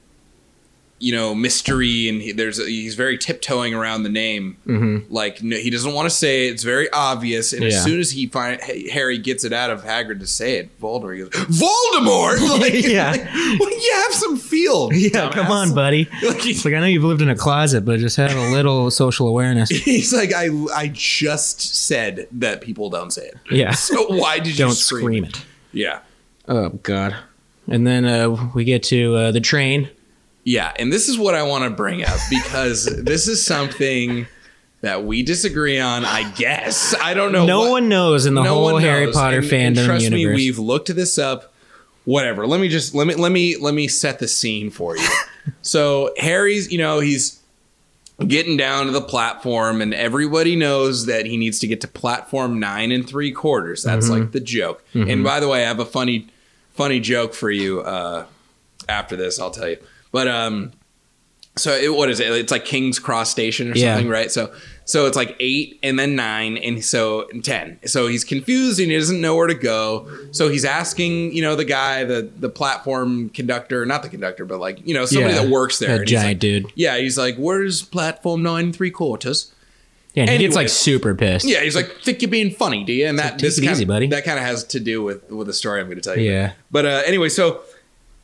Speaker 2: you know, mystery, and he, there's he's very tiptoeing around the name. Mm-hmm. Like no, he doesn't want to say it. It's very obvious, and
Speaker 1: Yeah.
Speaker 2: as soon as he find Ha- Harry gets it out of Hagrid to say it, Voldemort he goes Voldemort. Like,
Speaker 1: Yeah.
Speaker 2: like, well, you have some feel.
Speaker 1: Yeah, come
Speaker 2: dumbass.
Speaker 1: on, buddy.
Speaker 2: Like,
Speaker 1: It's like I know you've lived in a closet, but just have a little social awareness.
Speaker 2: He's like, I I just said that people don't say it.
Speaker 1: Yeah.
Speaker 2: So why did you
Speaker 1: Don't
Speaker 2: scream?
Speaker 1: scream it.
Speaker 2: Yeah.
Speaker 1: Oh God. And then uh, we get to uh, the train.
Speaker 2: Yeah. And this is what I want to bring up because this is something that we disagree on, I guess. I don't know.
Speaker 1: No
Speaker 2: what-
Speaker 1: one knows in the
Speaker 2: no
Speaker 1: whole
Speaker 2: one
Speaker 1: Harry
Speaker 2: knows.
Speaker 1: Potter
Speaker 2: And-
Speaker 1: fandom
Speaker 2: and trust
Speaker 1: universe.
Speaker 2: me, we've looked this up. Whatever. Let me just let me let me let me set the scene for you. so Harry's, you know, he's getting down to the platform, and everybody knows that he needs to get to platform nine and three quarters. That's
Speaker 1: Mm-hmm.
Speaker 2: like the joke. And by the way, I have a funny funny joke for you uh, after this. I'll tell you. But um, so it, what is it? It's like King's Cross Station or
Speaker 1: Yeah.
Speaker 2: something, right? So so it's like eight and then nine and so and ten. So he's confused and he doesn't know where to go. So he's asking, you know, the guy, the the platform conductor, not the conductor, but like you know somebody
Speaker 1: Yeah.
Speaker 2: that works there.
Speaker 1: That
Speaker 2: And he's
Speaker 1: giant
Speaker 2: like-
Speaker 1: dude.
Speaker 2: yeah, he's like, "Where's platform nine and three quarters?"
Speaker 1: Yeah, and he gets
Speaker 2: Anyway.
Speaker 1: like super pissed.
Speaker 2: Yeah, he's like, "Think you're being funny, do you?" And that
Speaker 1: take
Speaker 2: this
Speaker 1: it
Speaker 2: kinda,
Speaker 1: easy, buddy.
Speaker 2: That kind of has to do with with the story I'm going to tell you.
Speaker 1: Yeah.
Speaker 2: But uh, anyway, so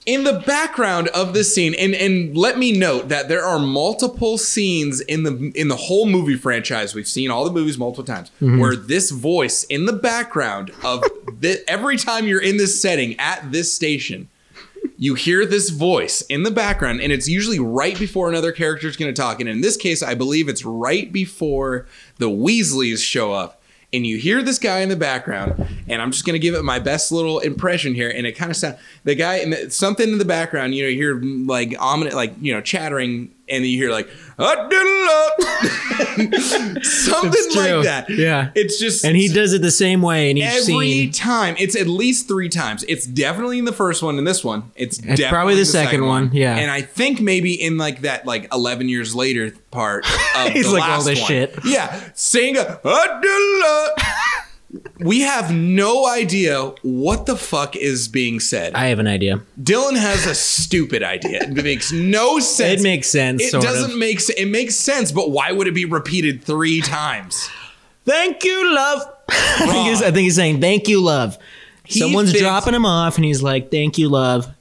Speaker 2: in the background of this scene, and and let me note that there are multiple scenes in the in the whole movie franchise. We've seen all the movies multiple times
Speaker 1: Mm-hmm.
Speaker 2: where this voice in the background of the, every time you're in this setting at this station. You hear this voice in the background, and it's usually right before another character is going to talk. And in this case, I believe it's right before the Weasleys show up. And you hear this guy in the background, and I'm just going to give it my best little impression here. And it kind of sounds the guy, in the, something in the background, you know, you hear mm, like ominous, like, you know, chattering, and you hear like, "Ah, diddle up." something
Speaker 1: It's true.
Speaker 2: like that.
Speaker 1: Yeah.
Speaker 2: It's just,
Speaker 1: And he does it the same way in each
Speaker 2: every
Speaker 1: scene.
Speaker 2: time. It's at least three times. It's definitely in the first one and this one. It's, definitely
Speaker 1: probably the second one, yeah.
Speaker 2: and I think maybe in like that like eleven years later part. Of
Speaker 1: He's
Speaker 2: the
Speaker 1: like,
Speaker 2: last
Speaker 1: "All this
Speaker 2: one.
Speaker 1: shit."
Speaker 2: Yeah, saying a. "Adela." We have no idea what the fuck is being said.
Speaker 1: I have an idea.
Speaker 2: Dylan has a stupid idea. It makes no sense.
Speaker 1: It makes sense.
Speaker 2: It
Speaker 1: sort of.
Speaker 2: doesn't make sense. It makes sense, but why would it be repeated three times?
Speaker 1: Thank you, love. I think, he's, I think he's saying thank you, love. Someone's
Speaker 2: thinks-
Speaker 1: dropping him off, and he's like, "Thank you, love."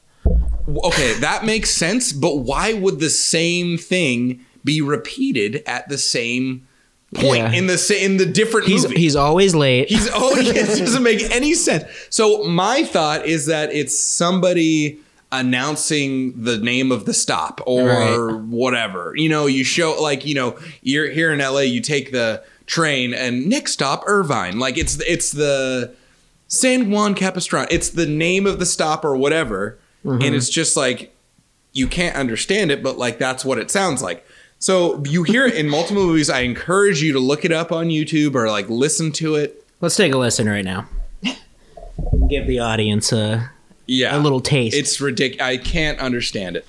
Speaker 2: okay, that makes sense, but why would the same thing be repeated at the same point
Speaker 1: Yeah.
Speaker 2: in the sa- in the different
Speaker 1: He's
Speaker 2: movie?
Speaker 1: he's always late.
Speaker 2: He's oh, it doesn't make any sense. So my thought is that it's somebody announcing the name of the stop or
Speaker 1: Right.
Speaker 2: whatever. You know, you show like you know you're here in LA, you take the train and next stop Irvine. Like it's it's the San Juan Capistrano. It's the name of the stop or whatever, and it's just like you can't understand it, but like that's what it sounds like. So you hear it in multiple movies. I encourage you to look it up on YouTube or like listen to it.
Speaker 1: Let's take a listen right now. Give the audience a,
Speaker 2: Yeah,
Speaker 1: a little taste.
Speaker 2: It's ridiculous. I can't understand it.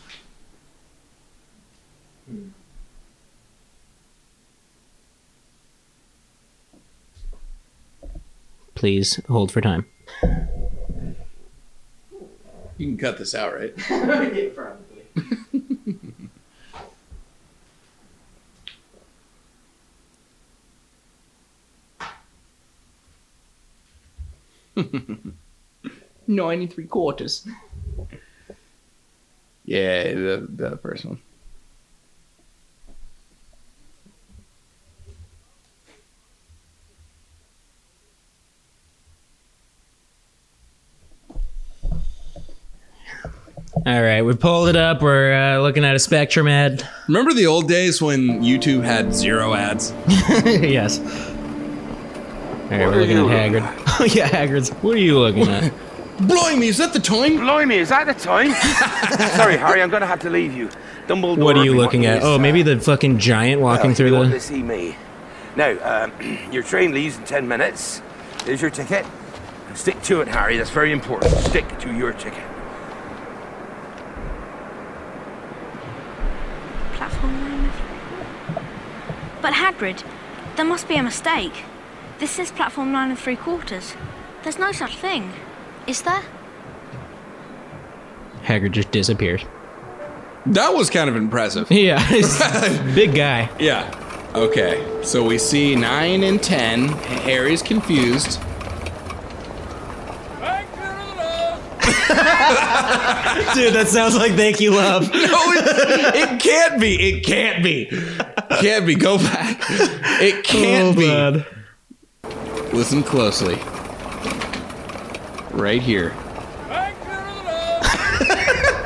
Speaker 1: Please hold for time.
Speaker 2: You can cut this out, right?
Speaker 3: probably. Nine and three quarters.
Speaker 2: Yeah, the the first one.
Speaker 1: All right, we pulled it up. We're uh, looking at a Spectrum ad.
Speaker 2: Remember the old days when YouTube had zero ads?
Speaker 1: yes. All right, we're looking at Haggard. Oh yeah, Haggard's. What are you looking at?
Speaker 2: Blimey, is that the time?
Speaker 4: Blimey, is that the time? Sorry, Harry, I'm going to have to leave you. Dumbledore.
Speaker 1: What are you
Speaker 4: everyone
Speaker 1: looking at?
Speaker 4: is,
Speaker 1: Oh,
Speaker 4: uh,
Speaker 1: maybe the fucking giant walking
Speaker 4: well,
Speaker 1: through
Speaker 4: you want
Speaker 1: the.
Speaker 4: to see me. Now, um, your train leaves in ten minutes. Here's your ticket. Stick to it, Harry. That's very important. Stick to your ticket.
Speaker 5: Platform nine and three. But Hagrid, there must be a mistake. This says platform nine and three quarters. There's no such thing, is there?
Speaker 1: Haggard just disappears.
Speaker 2: That was kind of impressive.
Speaker 1: Yeah, big guy.
Speaker 2: Yeah. Okay. So we see nine and ten. Harry's confused.
Speaker 1: Dude, that sounds like thank you, love.
Speaker 2: No, it, it can't be. It can't be. Can't be. Go back. It can't be. Listen closely. Right here.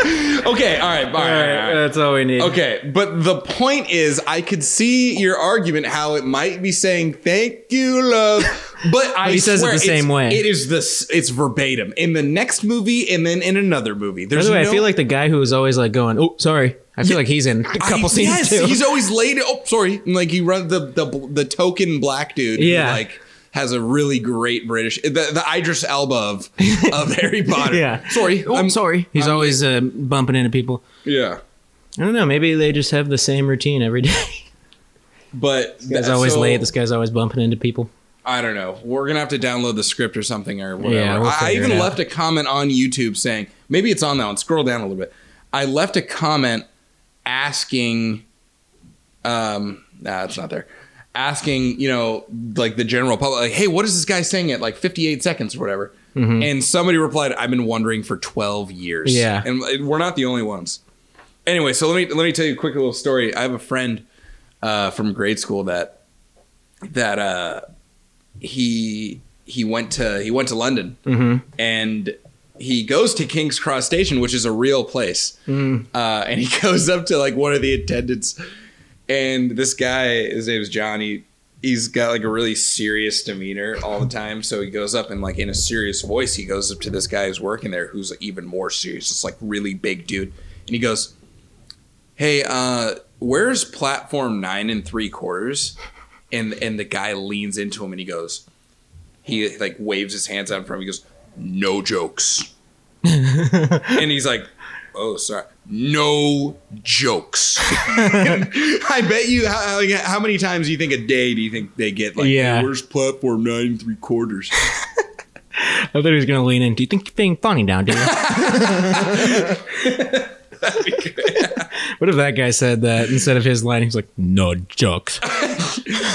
Speaker 2: okay, all right, all right, all right.
Speaker 1: that's all we need.
Speaker 2: Okay, but the point is, I could see your argument how it might be saying "thank you, love," but I
Speaker 1: he says it
Speaker 2: swear
Speaker 1: the
Speaker 2: it's-
Speaker 1: same way.
Speaker 2: It is this. It's verbatim in the next movie and then in another movie.
Speaker 1: By
Speaker 2: There's
Speaker 1: the way,
Speaker 2: no,
Speaker 1: I feel like the guy who was always like going, "Oh, sorry," I feel like he's in a
Speaker 2: I-
Speaker 1: couple scenes
Speaker 2: yes,
Speaker 1: too.
Speaker 2: he's always late. Oh, sorry. And, Like he runs the the the token black dude. who,
Speaker 1: Yeah.
Speaker 2: like. Has a really great British, the, the Idris Elba of, of Harry Potter.
Speaker 1: Yeah.
Speaker 2: sorry,
Speaker 1: Oh, I'm sorry. He's always uh, bumping into people.
Speaker 2: Yeah.
Speaker 1: I don't know. Maybe they just have the same routine every day.
Speaker 2: But
Speaker 1: This guy's always late. This guy's always bumping into people.
Speaker 2: I don't know. We're gonna have to download the script or something or whatever.
Speaker 1: Yeah, we'll
Speaker 2: I, I
Speaker 1: figure it
Speaker 2: even
Speaker 1: out.
Speaker 2: left a comment on YouTube saying maybe it's on that one. Scroll down a little bit. I left a comment asking, um, nah, it's not there. Asking, you know, like the general public, like, hey, what is this guy saying at like 58 seconds or whatever? And somebody replied, I've been wondering for 12 years.
Speaker 1: Yeah.
Speaker 2: and uh, we're not the only ones. Anyway, so let me let me tell you a quick little story. I have a friend uh, from grade school that that uh, he he went to he went to London and he goes to King's Cross Station, which is a real place. Uh, and he goes up to like one of the attendants, and this guy, his name is Johnny. He's got like a really serious demeanor all the time. So he goes up and like in a serious voice, he goes up to this guy who's working there, who's like, even more serious. It's like really big dude, and he goes, "Hey, uh, where's platform nine and three quarters?" and and the guy leans into him and he goes he like waves his hands out in front of him he goes no jokes and he's like oh sorry no jokes i bet you how, like, how many times do you think a day do you think they get like
Speaker 1: Yeah.
Speaker 2: yeah. where's platform nine and three quarters
Speaker 1: I thought he was going to lean in. Do you think you're being funny now, do you? what if that guy said that instead of his line? He's like, no jokes.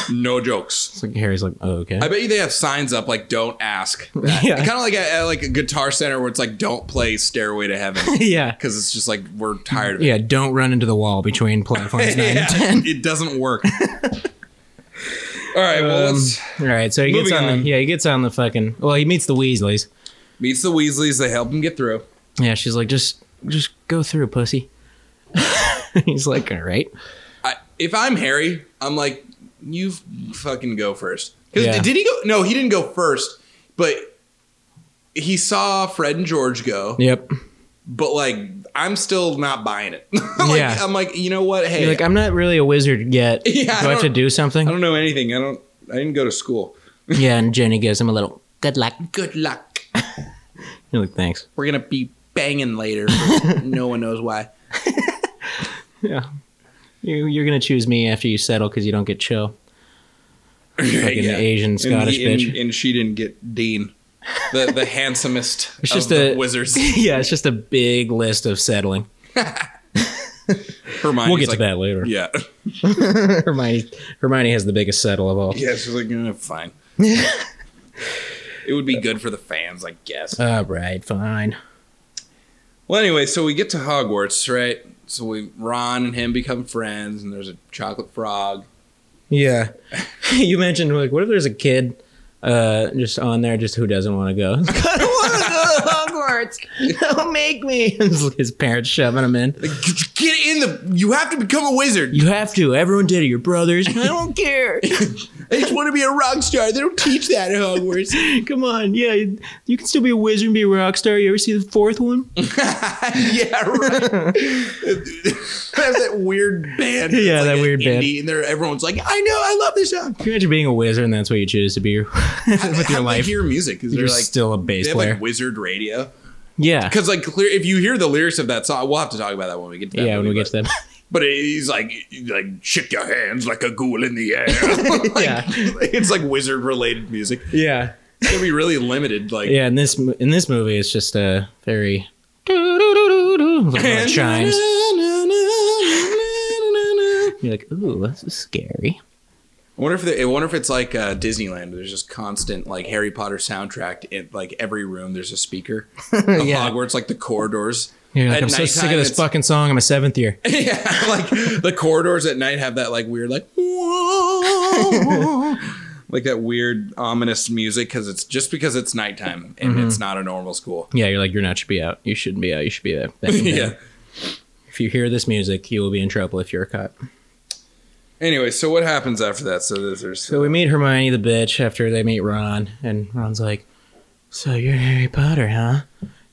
Speaker 2: no jokes
Speaker 1: It's like Harry's like, oh, okay.
Speaker 2: I bet you they have signs up like "Don't ask." That.
Speaker 1: Yeah.
Speaker 2: Kind of like a, at, like a guitar center where it's like "Don't play Stairway to Heaven"
Speaker 1: yeah.
Speaker 2: because it's just like we're tired of it.
Speaker 1: Yeah, don't run into the wall between platforms nine and ten.
Speaker 2: It doesn't work. All right,
Speaker 1: Um,
Speaker 2: well, let's
Speaker 1: All right, so he gets
Speaker 2: Moving
Speaker 1: on,
Speaker 2: on.
Speaker 1: The, yeah, he gets on the fucking. Well, he meets the Weasleys.
Speaker 2: meets the Weasleys. They help him get through.
Speaker 1: Yeah, she's like, just, just go through, pussy. He's like, all right.
Speaker 2: I, if I'm Harry, I'm like, you fucking go first. 'Cause
Speaker 1: Yeah.
Speaker 2: Did he go? No, he didn't go first, but he saw Fred and George go.
Speaker 1: Yep.
Speaker 2: But like, I'm still not buying it. like,
Speaker 1: Yeah.
Speaker 2: I'm like, you know what? Hey,
Speaker 1: You're like, I'm not really a wizard yet.
Speaker 2: Yeah, I
Speaker 1: do I have to
Speaker 2: don't-
Speaker 1: do
Speaker 2: I
Speaker 1: something?
Speaker 2: don't know anything. I don't. I didn't go to school.
Speaker 1: Yeah, and Jenny gives him a little good luck.
Speaker 2: Good luck.
Speaker 1: You're like, thanks.
Speaker 2: We're gonna be banging later. no one knows why.
Speaker 1: Yeah. You, you're gonna choose me after you settle because you don't get chill. Fucking Asian Scottish
Speaker 2: and,
Speaker 1: bitch.
Speaker 2: and, and she didn't get Dean, the the handsomest
Speaker 1: It's
Speaker 2: of
Speaker 1: just
Speaker 2: the
Speaker 1: a
Speaker 2: wizards.
Speaker 1: yeah, it's just a big list of settling.
Speaker 2: Hermione's
Speaker 1: We'll get
Speaker 2: like,
Speaker 1: to that later.
Speaker 2: Yeah,
Speaker 1: Hermione, Hermione has the biggest settle of all.
Speaker 2: yeah. She's like, eh, fine. it would be good for the fans, I guess.
Speaker 1: All right, fine.
Speaker 2: Well, anyway, so we get to Hogwarts, right? So we Ron and him become friends, and there's a chocolate frog.
Speaker 1: Yeah. you mentioned like what if there's a kid uh just on there just who doesn't want to go? I don't want to go to Hogwarts. Don't make me. It's like His parents shoving him in.
Speaker 2: Get in the. You have to become a wizard.
Speaker 1: You have to. Everyone did it. Your brothers. I don't care.
Speaker 2: I just want to be a rock star. They don't teach that at Hogwarts.
Speaker 1: Come on. Yeah, you, you can still be a wizard and be a rock star. You ever see the fourth one?
Speaker 2: yeah, right. That's that weird band.
Speaker 1: Yeah,
Speaker 2: It's
Speaker 1: that
Speaker 2: an
Speaker 1: weird band.
Speaker 2: indie, And they're, everyone's like, I know, I love this song.
Speaker 1: Can you imagine being a wizard and that's what you choose to be your- with
Speaker 2: How
Speaker 1: your
Speaker 2: do
Speaker 1: life?
Speaker 2: They hear music. Is
Speaker 1: You're
Speaker 2: like
Speaker 1: still a bass
Speaker 2: they have
Speaker 1: player.
Speaker 2: like wizard radio.
Speaker 1: yeah.
Speaker 2: Because like clear, if you hear the lyrics of that song, we'll have to talk about that when we get to that.
Speaker 1: Yeah, when we
Speaker 2: movie,
Speaker 1: get to them.
Speaker 2: But, but he's like, he's like shake your hands like a ghoul in the air. Like,
Speaker 1: Yeah.
Speaker 2: it's like wizard related music.
Speaker 1: yeah.
Speaker 2: It's gonna be really limited. Like
Speaker 1: Yeah, in this mo- in this movie it's just a very with a lot of chimes.
Speaker 2: I
Speaker 1: You're like, ooh, this is scary.
Speaker 2: wonder if they, I wonder if it's like uh, Disneyland. There's just constant like Harry Potter soundtrack. In like every room, there's a speaker. At
Speaker 1: Yeah.
Speaker 2: Hogwarts, like the corridors.
Speaker 1: You're like,
Speaker 2: At
Speaker 1: I'm so sick
Speaker 2: nighttime,
Speaker 1: of this
Speaker 2: it's-
Speaker 1: fucking song. I'm a seventh year.
Speaker 2: yeah, like the corridors at night have that like weird like whoa, like that weird ominous music because it's just because it's nighttime and
Speaker 1: Mm-hmm.
Speaker 2: it's not a normal school.
Speaker 1: Yeah, you're like, you're not should be out. You shouldn't be out. You should be out.
Speaker 2: yeah.
Speaker 1: If you hear this music, you will be in trouble if you're caught.
Speaker 2: Anyway, so what happens after that? So there's, there's
Speaker 1: So we meet Hermione the bitch after they meet Ron, and Ron's like, "So you're Harry Potter, huh?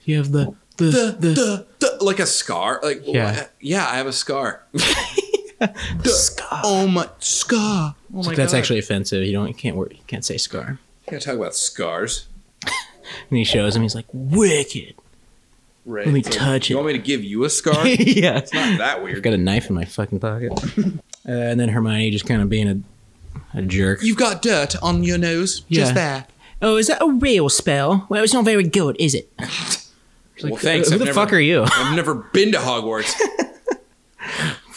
Speaker 1: You have the the the,
Speaker 2: Duh, duh, like a scar. Like
Speaker 1: Yeah.
Speaker 2: yeah, yeah, I have a scar.
Speaker 1: the scar."
Speaker 2: Oh my scar. Oh
Speaker 1: It's
Speaker 2: my
Speaker 1: like, that's
Speaker 2: God.
Speaker 1: actually offensive. You don't you can't work. You can't say scar.
Speaker 2: Can't talk about scars.
Speaker 1: And he shows him. He's like, "Wicked."
Speaker 2: Right.
Speaker 1: Let me
Speaker 2: It's like,
Speaker 1: touch
Speaker 2: You
Speaker 1: it.
Speaker 2: want me to give you a scar? It's
Speaker 1: yeah.
Speaker 2: not that
Speaker 1: I've
Speaker 2: weird.
Speaker 1: got a knife in my fucking pocket. Uh, and then Hermione just kind of being a, a jerk.
Speaker 2: You've got dirt on your nose, just
Speaker 1: Yeah.
Speaker 2: there.
Speaker 1: oh, is that a real spell? Well, it's not very good, is it?
Speaker 2: Well, thanks.
Speaker 1: Who
Speaker 2: I've
Speaker 1: the
Speaker 2: never-
Speaker 1: fuck are you?
Speaker 2: I've never been to Hogwarts.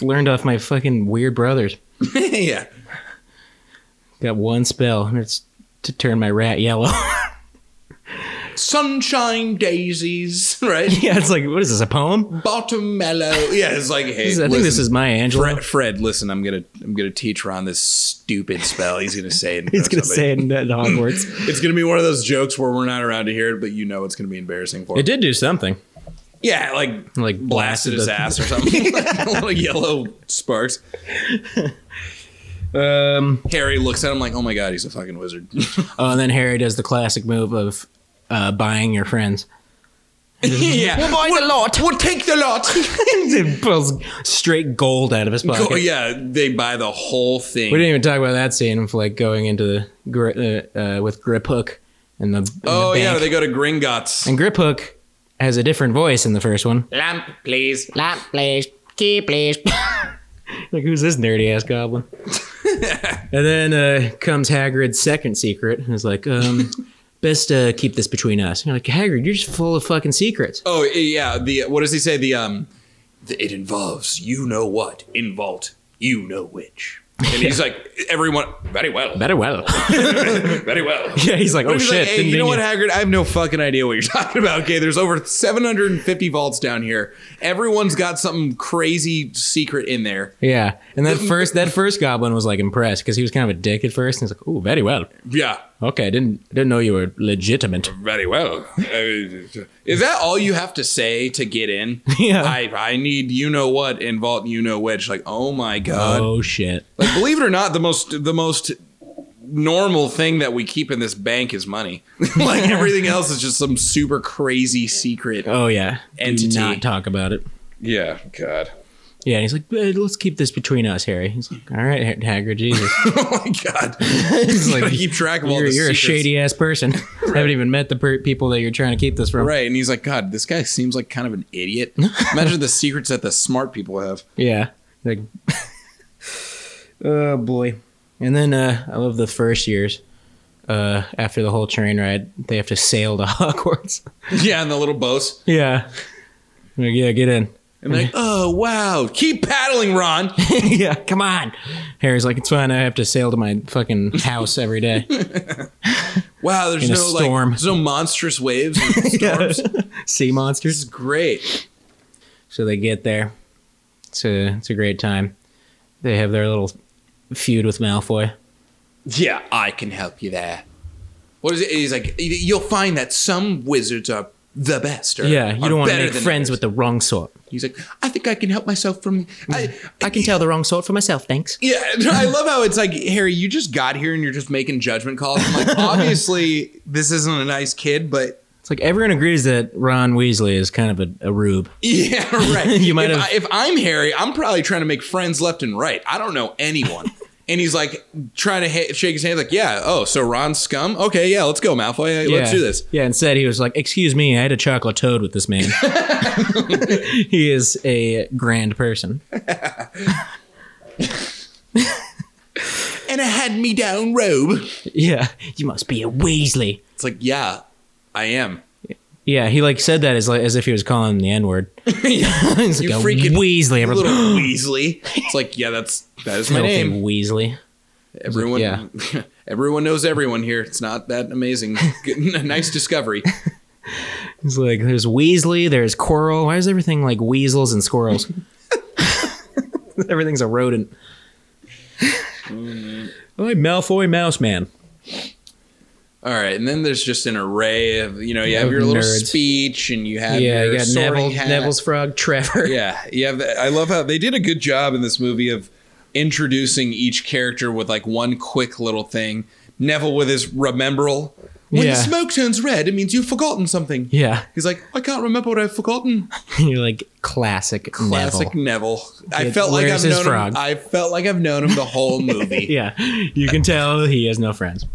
Speaker 1: Learned off my fucking weird brothers.
Speaker 2: yeah.
Speaker 1: Got one spell, and it's to turn my rat yellow.
Speaker 2: Sunshine daisies, right?
Speaker 1: yeah, it's like, what is this, a poem?
Speaker 2: Bottom mellow. Yeah, it's like, hey,
Speaker 1: This is- I think this
Speaker 2: listen,
Speaker 1: is my Angela.
Speaker 2: Fred, Fred, listen, I'm gonna I'm gonna teach Ron this stupid spell. He's gonna say it. in
Speaker 1: He's
Speaker 2: front
Speaker 1: going
Speaker 2: of
Speaker 1: to
Speaker 2: somebody.
Speaker 1: say it in in Hogwarts.
Speaker 2: It's gonna be one of those jokes where we're not around to hear it, but you know it's gonna be embarrassing for
Speaker 1: it
Speaker 2: him.
Speaker 1: did do something.
Speaker 2: Yeah, like
Speaker 1: Like,
Speaker 2: blasted
Speaker 1: blasted
Speaker 2: his
Speaker 1: the-
Speaker 2: ass or something. a little yellow sparks.
Speaker 1: Um,
Speaker 2: Harry looks at him like, oh my god, he's a fucking wizard.
Speaker 1: oh, and then Harry does the classic move of uh, buying your friends.
Speaker 2: yeah, we'll buy the lot. We'll take the lot.
Speaker 1: He pulls straight gold out of his pocket.
Speaker 2: Go- yeah, they buy the whole thing.
Speaker 1: We didn't even talk about that scene of like going into the Gri- uh, uh, with Grip Hook and the and the
Speaker 2: oh yeah,
Speaker 1: bank.
Speaker 2: they go to Gringotts.
Speaker 1: and Grip Hook has a different voice in the first one.
Speaker 2: Lamp, please.
Speaker 1: Lamp, please. Key, please. like who's this nerdy ass goblin? and then uh, comes Hagrid's second secret and is like, um, best uh, keep this between us. And you're like, Hagrid, you're just full of fucking secrets.
Speaker 2: Oh yeah, the what does he say? The um, the, it involves you know what involved you know which. And he's like, everyone, very well,
Speaker 1: Better well.
Speaker 2: very well.
Speaker 1: yeah, he's like,
Speaker 2: But
Speaker 1: oh
Speaker 2: he's
Speaker 1: shit.
Speaker 2: like, hey,
Speaker 1: didn't
Speaker 2: you know what,
Speaker 1: mean
Speaker 2: Hagrid? I have no fucking idea what you're talking about. Okay, there's over 750 vaults down here. Everyone's got something crazy secret in there.
Speaker 1: Yeah, and that first that first goblin was like impressed because he was kind of a dick at first, and he's like, "Oh, very well.
Speaker 2: Yeah,
Speaker 1: Okay, I didn't didn't know you were legitimate."
Speaker 2: very well. Uh, Is that all you have to say to get in?
Speaker 1: Yeah.
Speaker 2: I, I need you know what in vault you know which. Like, oh my god.
Speaker 1: oh shit!
Speaker 2: Like, believe it or not, the most the most normal thing that we keep in this bank is money. like everything else is just some super crazy secret.
Speaker 1: Oh yeah,
Speaker 2: Entity.
Speaker 1: Do not talk about it.
Speaker 2: Yeah, God.
Speaker 1: Yeah, and he's like, "Eh, "Let's keep this between us, Harry." He's like, "All right, Ha- Hagrid, Jesus."
Speaker 2: oh my God.
Speaker 1: He's
Speaker 2: Gotta
Speaker 1: like,
Speaker 2: keep track of all
Speaker 1: "You're,
Speaker 2: the
Speaker 1: you're a
Speaker 2: secrets.
Speaker 1: shady ass person. Haven't even met the per- people that you're trying to keep this from."
Speaker 2: Right, and he's like, God, this guy seems like kind of an idiot. Imagine the secrets that the smart people have.
Speaker 1: Yeah. Like, oh boy. And then uh, I love the first years. Uh, after the whole train ride, they have to sail to Hogwarts.
Speaker 2: Yeah, and the little boats.
Speaker 1: Yeah. Like, yeah, get in.
Speaker 2: And they're like, oh wow, keep paddling, Ron.
Speaker 1: yeah, come on. Harry's like, it's fine. I have to sail to my fucking house every day.
Speaker 2: Wow, there's
Speaker 1: In a
Speaker 2: no like,
Speaker 1: storm.
Speaker 2: there's no monstrous waves. or storms.
Speaker 1: sea
Speaker 2: This is
Speaker 1: monsters.
Speaker 2: great.
Speaker 1: So they get there. It's a, it's a great time. They have their little feud with Malfoy.
Speaker 2: Yeah, I can help you there. What is it? He's like, you'll find that some wizards are the best. Or,
Speaker 1: Yeah, you
Speaker 2: are
Speaker 1: don't want to
Speaker 2: better
Speaker 1: make
Speaker 2: than
Speaker 1: friends
Speaker 2: others."
Speaker 1: with the wrong sort.
Speaker 2: He's like, I think I can help myself from. I,
Speaker 1: I can tell the wrong sort for myself, thanks.
Speaker 2: Yeah, I love how it's like Harry. You just got here and you're just making judgment calls. I'm like, obviously, this isn't a nice kid, but
Speaker 1: It's like everyone agrees that Ron Weasley is kind of a, a rube.
Speaker 2: yeah, right.
Speaker 1: You might
Speaker 2: if,
Speaker 1: have-
Speaker 2: I, if I'm Harry, I'm probably trying to make friends left and right. I don't know anyone. and he's like trying to ha- shake his hand, like, yeah, oh, so Ron's scum. Okay, yeah, let's go, Malfoy. Hey, Let's
Speaker 1: Yeah.
Speaker 2: do this.
Speaker 1: Yeah, instead he was like, "Excuse me, I had a chocolate toad with this man. he is a grand person."
Speaker 2: And a hand-me-down robe.
Speaker 1: Yeah, you must be a Weasley.
Speaker 2: It's like, yeah, I am.
Speaker 1: Yeah, he like said that as like, as if he was calling him the N word. He's like
Speaker 2: You
Speaker 1: a
Speaker 2: freaking
Speaker 1: Weasley.
Speaker 2: A
Speaker 1: Everyone's
Speaker 2: little
Speaker 1: like,
Speaker 2: Weasley. It's like, yeah, that's that is my
Speaker 1: "Filthy
Speaker 2: name.
Speaker 1: Weasley.
Speaker 2: Everyone,
Speaker 1: Yeah.
Speaker 2: everyone knows everyone here. It's not that amazing. Good- nice discovery.
Speaker 1: He's like, there's Weasley, there's Quirrell. Why is everything like weasels and squirrels? Everything's a rodent.
Speaker 2: Mm-hmm.
Speaker 1: like Malfoy Mouse Man.
Speaker 2: All right, and then there's just an array of you know you have
Speaker 1: Of
Speaker 2: your little
Speaker 1: nerds.
Speaker 2: speech and you have
Speaker 1: yeah,
Speaker 2: your
Speaker 1: you got
Speaker 2: sorting
Speaker 1: Neville,
Speaker 2: hat.
Speaker 1: Neville's frog, Trevor.
Speaker 2: yeah you have the- I love how they did a good job in this movie of introducing each character with like one quick little thing. Neville with his rememberal. When the
Speaker 1: Yeah.
Speaker 2: smoke turns red, it means you've forgotten something.
Speaker 1: Yeah.
Speaker 2: He's like, I can't remember what I've forgotten.
Speaker 1: You're like classic,
Speaker 2: Classic
Speaker 1: Neville.
Speaker 2: Neville. I
Speaker 1: Yeah,
Speaker 2: felt like I've
Speaker 1: where's his
Speaker 2: known
Speaker 1: frog?
Speaker 2: him. I felt like I've known him the whole movie.
Speaker 1: Yeah, you can tell he has no friends.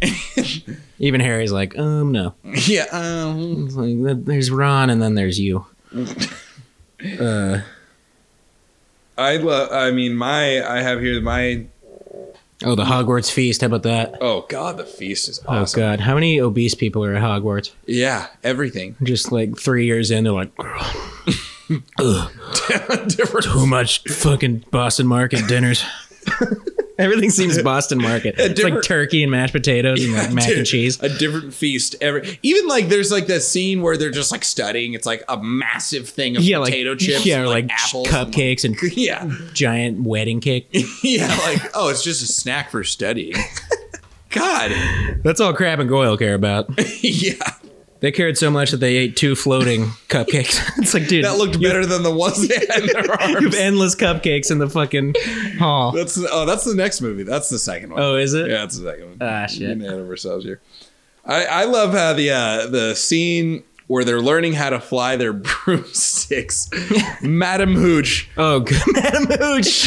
Speaker 1: Even Harry's like, um, no.
Speaker 2: Yeah. Um,
Speaker 1: It's like, there's Ron, and then there's you.
Speaker 2: I love. I mean, my I have here my.
Speaker 1: Oh, the Hogwarts feast. How about that?
Speaker 2: Oh God, the feast is
Speaker 1: Oh
Speaker 2: awesome.
Speaker 1: God, how many obese people are at Hogwarts?
Speaker 2: Yeah, everything.
Speaker 1: Just like three years in, they're like,
Speaker 2: Different.
Speaker 1: too much fucking Boston Market dinners. Everything seems Boston Market. It's like
Speaker 2: different-
Speaker 1: turkey and mashed potatoes and like mac
Speaker 2: Dude,
Speaker 1: and cheese.
Speaker 2: A different feast every. Even like there's like that scene where they're just like studying. It's like a massive thing of
Speaker 1: Yeah, like
Speaker 2: potato chips.
Speaker 1: yeah,
Speaker 2: and,
Speaker 1: or like,
Speaker 2: apples. and, like-
Speaker 1: cupcakes and
Speaker 2: yeah,
Speaker 1: giant wedding cake.
Speaker 2: yeah. Like oh, it's just a snack for studying. God.
Speaker 1: That's all Crab and Goyle care about.
Speaker 2: Yeah,
Speaker 1: They cared so much that they ate two floating cupcakes. it's like, dude,
Speaker 2: that looked better than the ones they had in their
Speaker 1: you have
Speaker 2: arms.
Speaker 1: endless cupcakes in the fucking hall.
Speaker 2: That's oh, that's the next movie. That's the second one.
Speaker 1: Oh, is it?
Speaker 2: Yeah, that's the second one.
Speaker 1: Ah, shit.
Speaker 2: Getting ahead of ourselves here. I, I love how the uh, the scene where they're learning how to fly their broomsticks. Madam Hooch,
Speaker 1: Oh, good. Madam Hooch.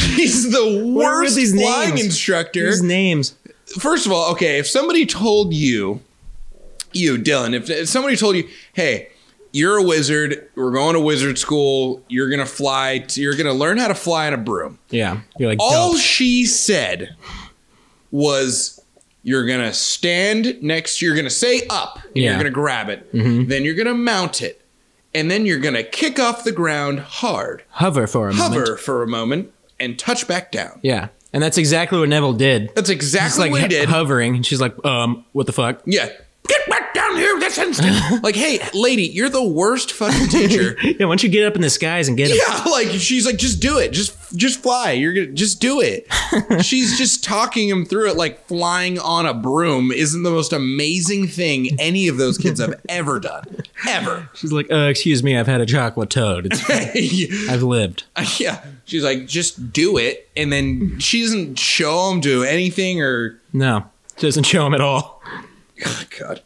Speaker 2: he's the
Speaker 1: What are with
Speaker 2: worst
Speaker 1: these
Speaker 2: flying
Speaker 1: names?
Speaker 2: instructor.
Speaker 1: His names.
Speaker 2: First of all, okay, if somebody told you, you Dylan, if, if somebody told you, hey. You're a wizard. We're going to wizard school. You're gonna fly. T- you're gonna learn how to fly in a broom.
Speaker 1: Yeah. You're like,
Speaker 2: All
Speaker 1: dope.
Speaker 2: she said was, "You're gonna stand next. You're gonna say up. And You're
Speaker 1: Yeah. Mm-hmm.
Speaker 2: gonna grab it. Then you're gonna mount it, and then you're gonna kick off the ground hard,
Speaker 1: hover for a
Speaker 2: hover
Speaker 1: moment.
Speaker 2: for a moment, and touch back down."
Speaker 1: Yeah. And that's exactly what Neville did.
Speaker 2: That's
Speaker 1: It's
Speaker 2: exactly
Speaker 1: like
Speaker 2: what he did.
Speaker 1: hovering. And she's like, um, what the fuck?
Speaker 2: yeah. Get back down here this instant. like, hey, lady, you're the worst fucking teacher.
Speaker 1: Yeah, why don't you get up in the skies and get him?
Speaker 2: yeah, like she's like, just do it. Just just fly. You're gonna just do it. she's just talking him through it like flying on a broom isn't the most amazing thing any of those kids have ever done. Ever.
Speaker 1: She's like, uh, excuse me, I've had a chocolate toad. It's, I've lived.
Speaker 2: yeah. She's like, just do it. And then she doesn't show him to anything or
Speaker 1: No, doesn't show him at all.
Speaker 2: oh, God.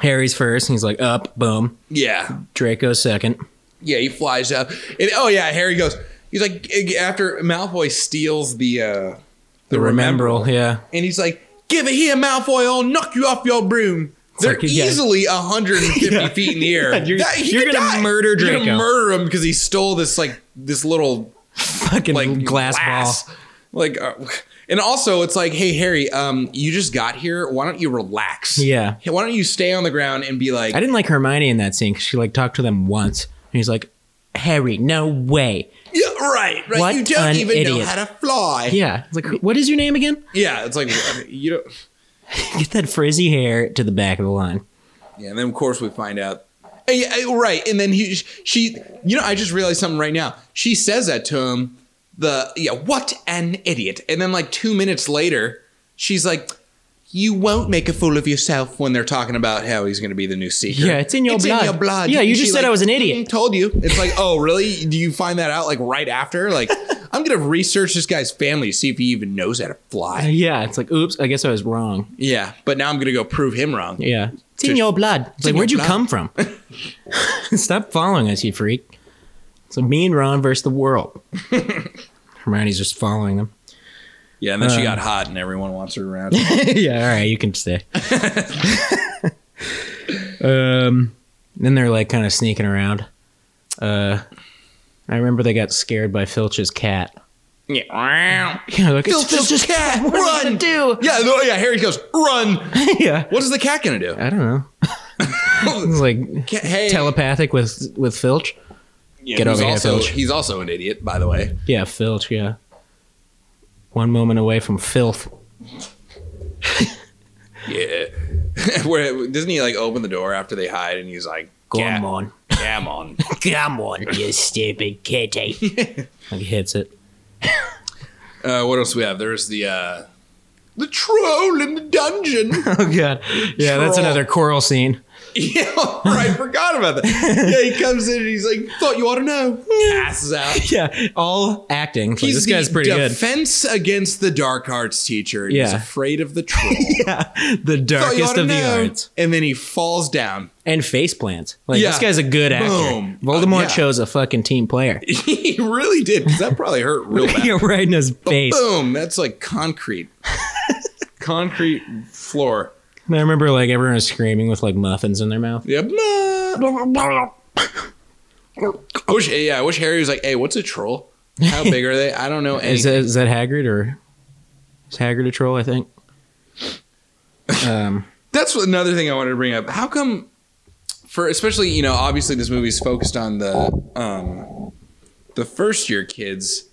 Speaker 1: Harry's first, and he's like, up, boom.
Speaker 2: Yeah.
Speaker 1: Draco's second.
Speaker 2: Yeah, he flies up. And oh yeah, Harry goes. He's like after Malfoy steals the uh the,
Speaker 1: The rememberal, yeah.
Speaker 2: and he's like, "Give it here, Malfoy! I'll knock you off your broom." They're
Speaker 1: like, yeah.
Speaker 2: easily 150 feet in the air.
Speaker 1: Yeah, you're-
Speaker 2: he
Speaker 1: you're
Speaker 2: could
Speaker 1: gonna murder
Speaker 2: You're gonna
Speaker 1: Draco.
Speaker 2: murder him because he stole this like this little
Speaker 1: Fucking
Speaker 2: like
Speaker 1: glass, ball.
Speaker 2: Like, uh, and also it's like, hey Harry, um, you just got here. Why don't you relax?
Speaker 1: Yeah.
Speaker 2: Hey, Why don't you stay on the ground and be like,
Speaker 1: I didn't like Hermione in that scene because she like talked to them once, and he's like, Harry, no way.
Speaker 2: yeah, right, right.
Speaker 1: What
Speaker 2: you don't
Speaker 1: an
Speaker 2: even know
Speaker 1: idiot."
Speaker 2: how to fly.
Speaker 1: Yeah, it's like, "Who- what is your name again?
Speaker 2: Yeah, it's like you don't.
Speaker 1: Get that frizzy hair to the back of the line.
Speaker 2: Yeah, and then of course we find out. And yeah, and- right, and then he, she, you know, I just realized something right now. She says that to him. The yeah, what an idiot! And then like two minutes later, she's like, "You won't make a fool of yourself." When they're talking about how he's going to be the new seeker.
Speaker 1: Yeah, it's in your blood. Yeah, you
Speaker 2: And
Speaker 1: just
Speaker 2: she,
Speaker 1: said
Speaker 2: like,
Speaker 1: I was an
Speaker 2: "Mm,
Speaker 1: idiot.
Speaker 2: Told you. It's like, oh, really? Do you find that out like right after? Like, I'm gonna research this guy's family, see if he even knows how to fly.
Speaker 1: Yeah, it's like, oops, I guess I was wrong.
Speaker 2: Yeah, but now I'm gonna go prove him wrong.
Speaker 1: Yeah. It's in your blood. It's like,
Speaker 2: in
Speaker 1: where'd you
Speaker 2: your
Speaker 1: come from? Stop following us, you freak. So me and Ron versus the world. Hermione's just following them.
Speaker 2: Yeah, and then she
Speaker 1: Uh.
Speaker 2: got hot, and everyone wants her around.
Speaker 1: yeah, all right, you can stay. um, then they're like kind of sneaking around. Uh, I remember they got scared by Filch's cat.
Speaker 2: yeah.
Speaker 1: Yeah, like, it's
Speaker 2: Filch's
Speaker 1: Filch's
Speaker 2: cat,
Speaker 1: cat. What are
Speaker 2: run!"
Speaker 1: we gonna
Speaker 2: Yeah, no, yeah. Harry goes, run.
Speaker 1: do? yeah,
Speaker 2: What is the cat gonna do?
Speaker 1: I don't know. It's like
Speaker 2: Ca- hey,
Speaker 1: telepathic with with Filch.
Speaker 2: Yeah,
Speaker 1: get
Speaker 2: who's
Speaker 1: over here,
Speaker 2: also,
Speaker 1: Filch.
Speaker 2: He's also an idiot, by the way.
Speaker 1: Yeah, filth, yeah. One moment away from filth.
Speaker 2: Yeah. Where doesn't he like open the door after they hide, and he's like,
Speaker 1: Come
Speaker 2: "Yeah,
Speaker 1: on.
Speaker 2: Come on.
Speaker 1: Come on, you stupid kitty. like he hits it.
Speaker 2: Uh, what else do we have? There's the uh, the troll in the dungeon.
Speaker 1: Oh god. Yeah, that's
Speaker 2: Troll.
Speaker 1: another choral scene.
Speaker 2: yeah, I forgot about that. Yeah, he comes in and he's like, "Thought you ought to know." Asses out.
Speaker 1: Yeah. All acting. Like,
Speaker 2: He's
Speaker 1: this guy's
Speaker 2: the
Speaker 1: pretty
Speaker 2: defense against the dark arts teacher. and He's
Speaker 1: Yeah.
Speaker 2: afraid of the troll.
Speaker 1: good. The
Speaker 2: Thought you ought
Speaker 1: darkest
Speaker 2: to
Speaker 1: of the
Speaker 2: know.
Speaker 1: arts.
Speaker 2: And then he falls down.
Speaker 1: And face plants. Like
Speaker 2: Yeah.
Speaker 1: this guy's a good actor.
Speaker 2: Boom.
Speaker 1: Voldemort
Speaker 2: Uh, yeah.
Speaker 1: chose a fucking team player.
Speaker 2: he really did because that probably hurt real bad.
Speaker 1: You're right in his face.
Speaker 2: Boom! That's like concrete, concrete floor.
Speaker 1: And I remember like everyone was screaming with like muffins in their mouth.
Speaker 2: Yeah. blah, blah, blah. I wish, yeah, I wish Harry was like, "Hey, what's a troll? How big are they? I don't know."
Speaker 1: Is
Speaker 2: anything."
Speaker 1: that, is that Hagrid or is Hagrid a troll? I think. Um,
Speaker 2: That's what- another thing I wanted to bring up. How come, for especially you know, obviously this movie's focused on the um, the first year kids.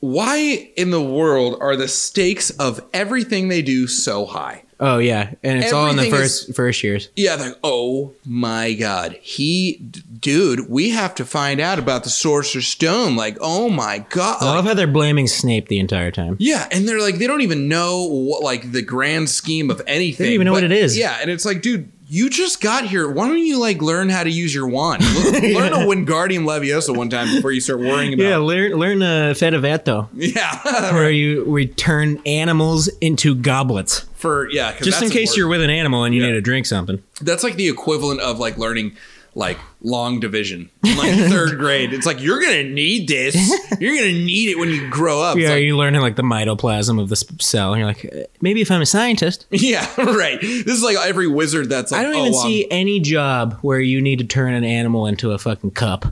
Speaker 2: Why in the world are the stakes of everything they do so high?
Speaker 1: oh yeah, and it's all in the
Speaker 2: Everything
Speaker 1: first first years.
Speaker 2: Yeah, like oh my god, he, d- dude, we have to find out about the Sorcerer's Stone. Like oh my god,
Speaker 1: I
Speaker 2: Like,
Speaker 1: love how they're blaming Snape the entire time.
Speaker 2: Yeah, and they're like they don't even know what like the grand scheme of anything.
Speaker 1: even know what it is.
Speaker 2: Yeah, and it's like, dude, you just got here. Why don't you like learn how to use your wand? Learn learn a Wingardium Leviosa one time before you start worrying
Speaker 1: Yeah,
Speaker 2: about.
Speaker 1: learn learn uh, Fedivato,
Speaker 2: Yeah,
Speaker 1: where you we turn animals into goblets,
Speaker 2: for yeah, 'cause
Speaker 1: just in
Speaker 2: that's
Speaker 1: case you're
Speaker 2: important.
Speaker 1: with an animal and you
Speaker 2: Yeah.
Speaker 1: need to drink something.
Speaker 2: That's like the equivalent of like learning like long division, in, like third grade. It's like you're gonna need this. You're gonna need it when you grow up. It's
Speaker 1: Yeah,
Speaker 2: like,
Speaker 1: you're learning like the mitoplasm of the sp- cell, and you're like, uh, maybe if I'm a scientist,
Speaker 2: yeah, right. This is like every wizard that's like,
Speaker 1: I don't
Speaker 2: oh,
Speaker 1: even
Speaker 2: um,
Speaker 1: see any job where you need to turn an animal into a fucking cup.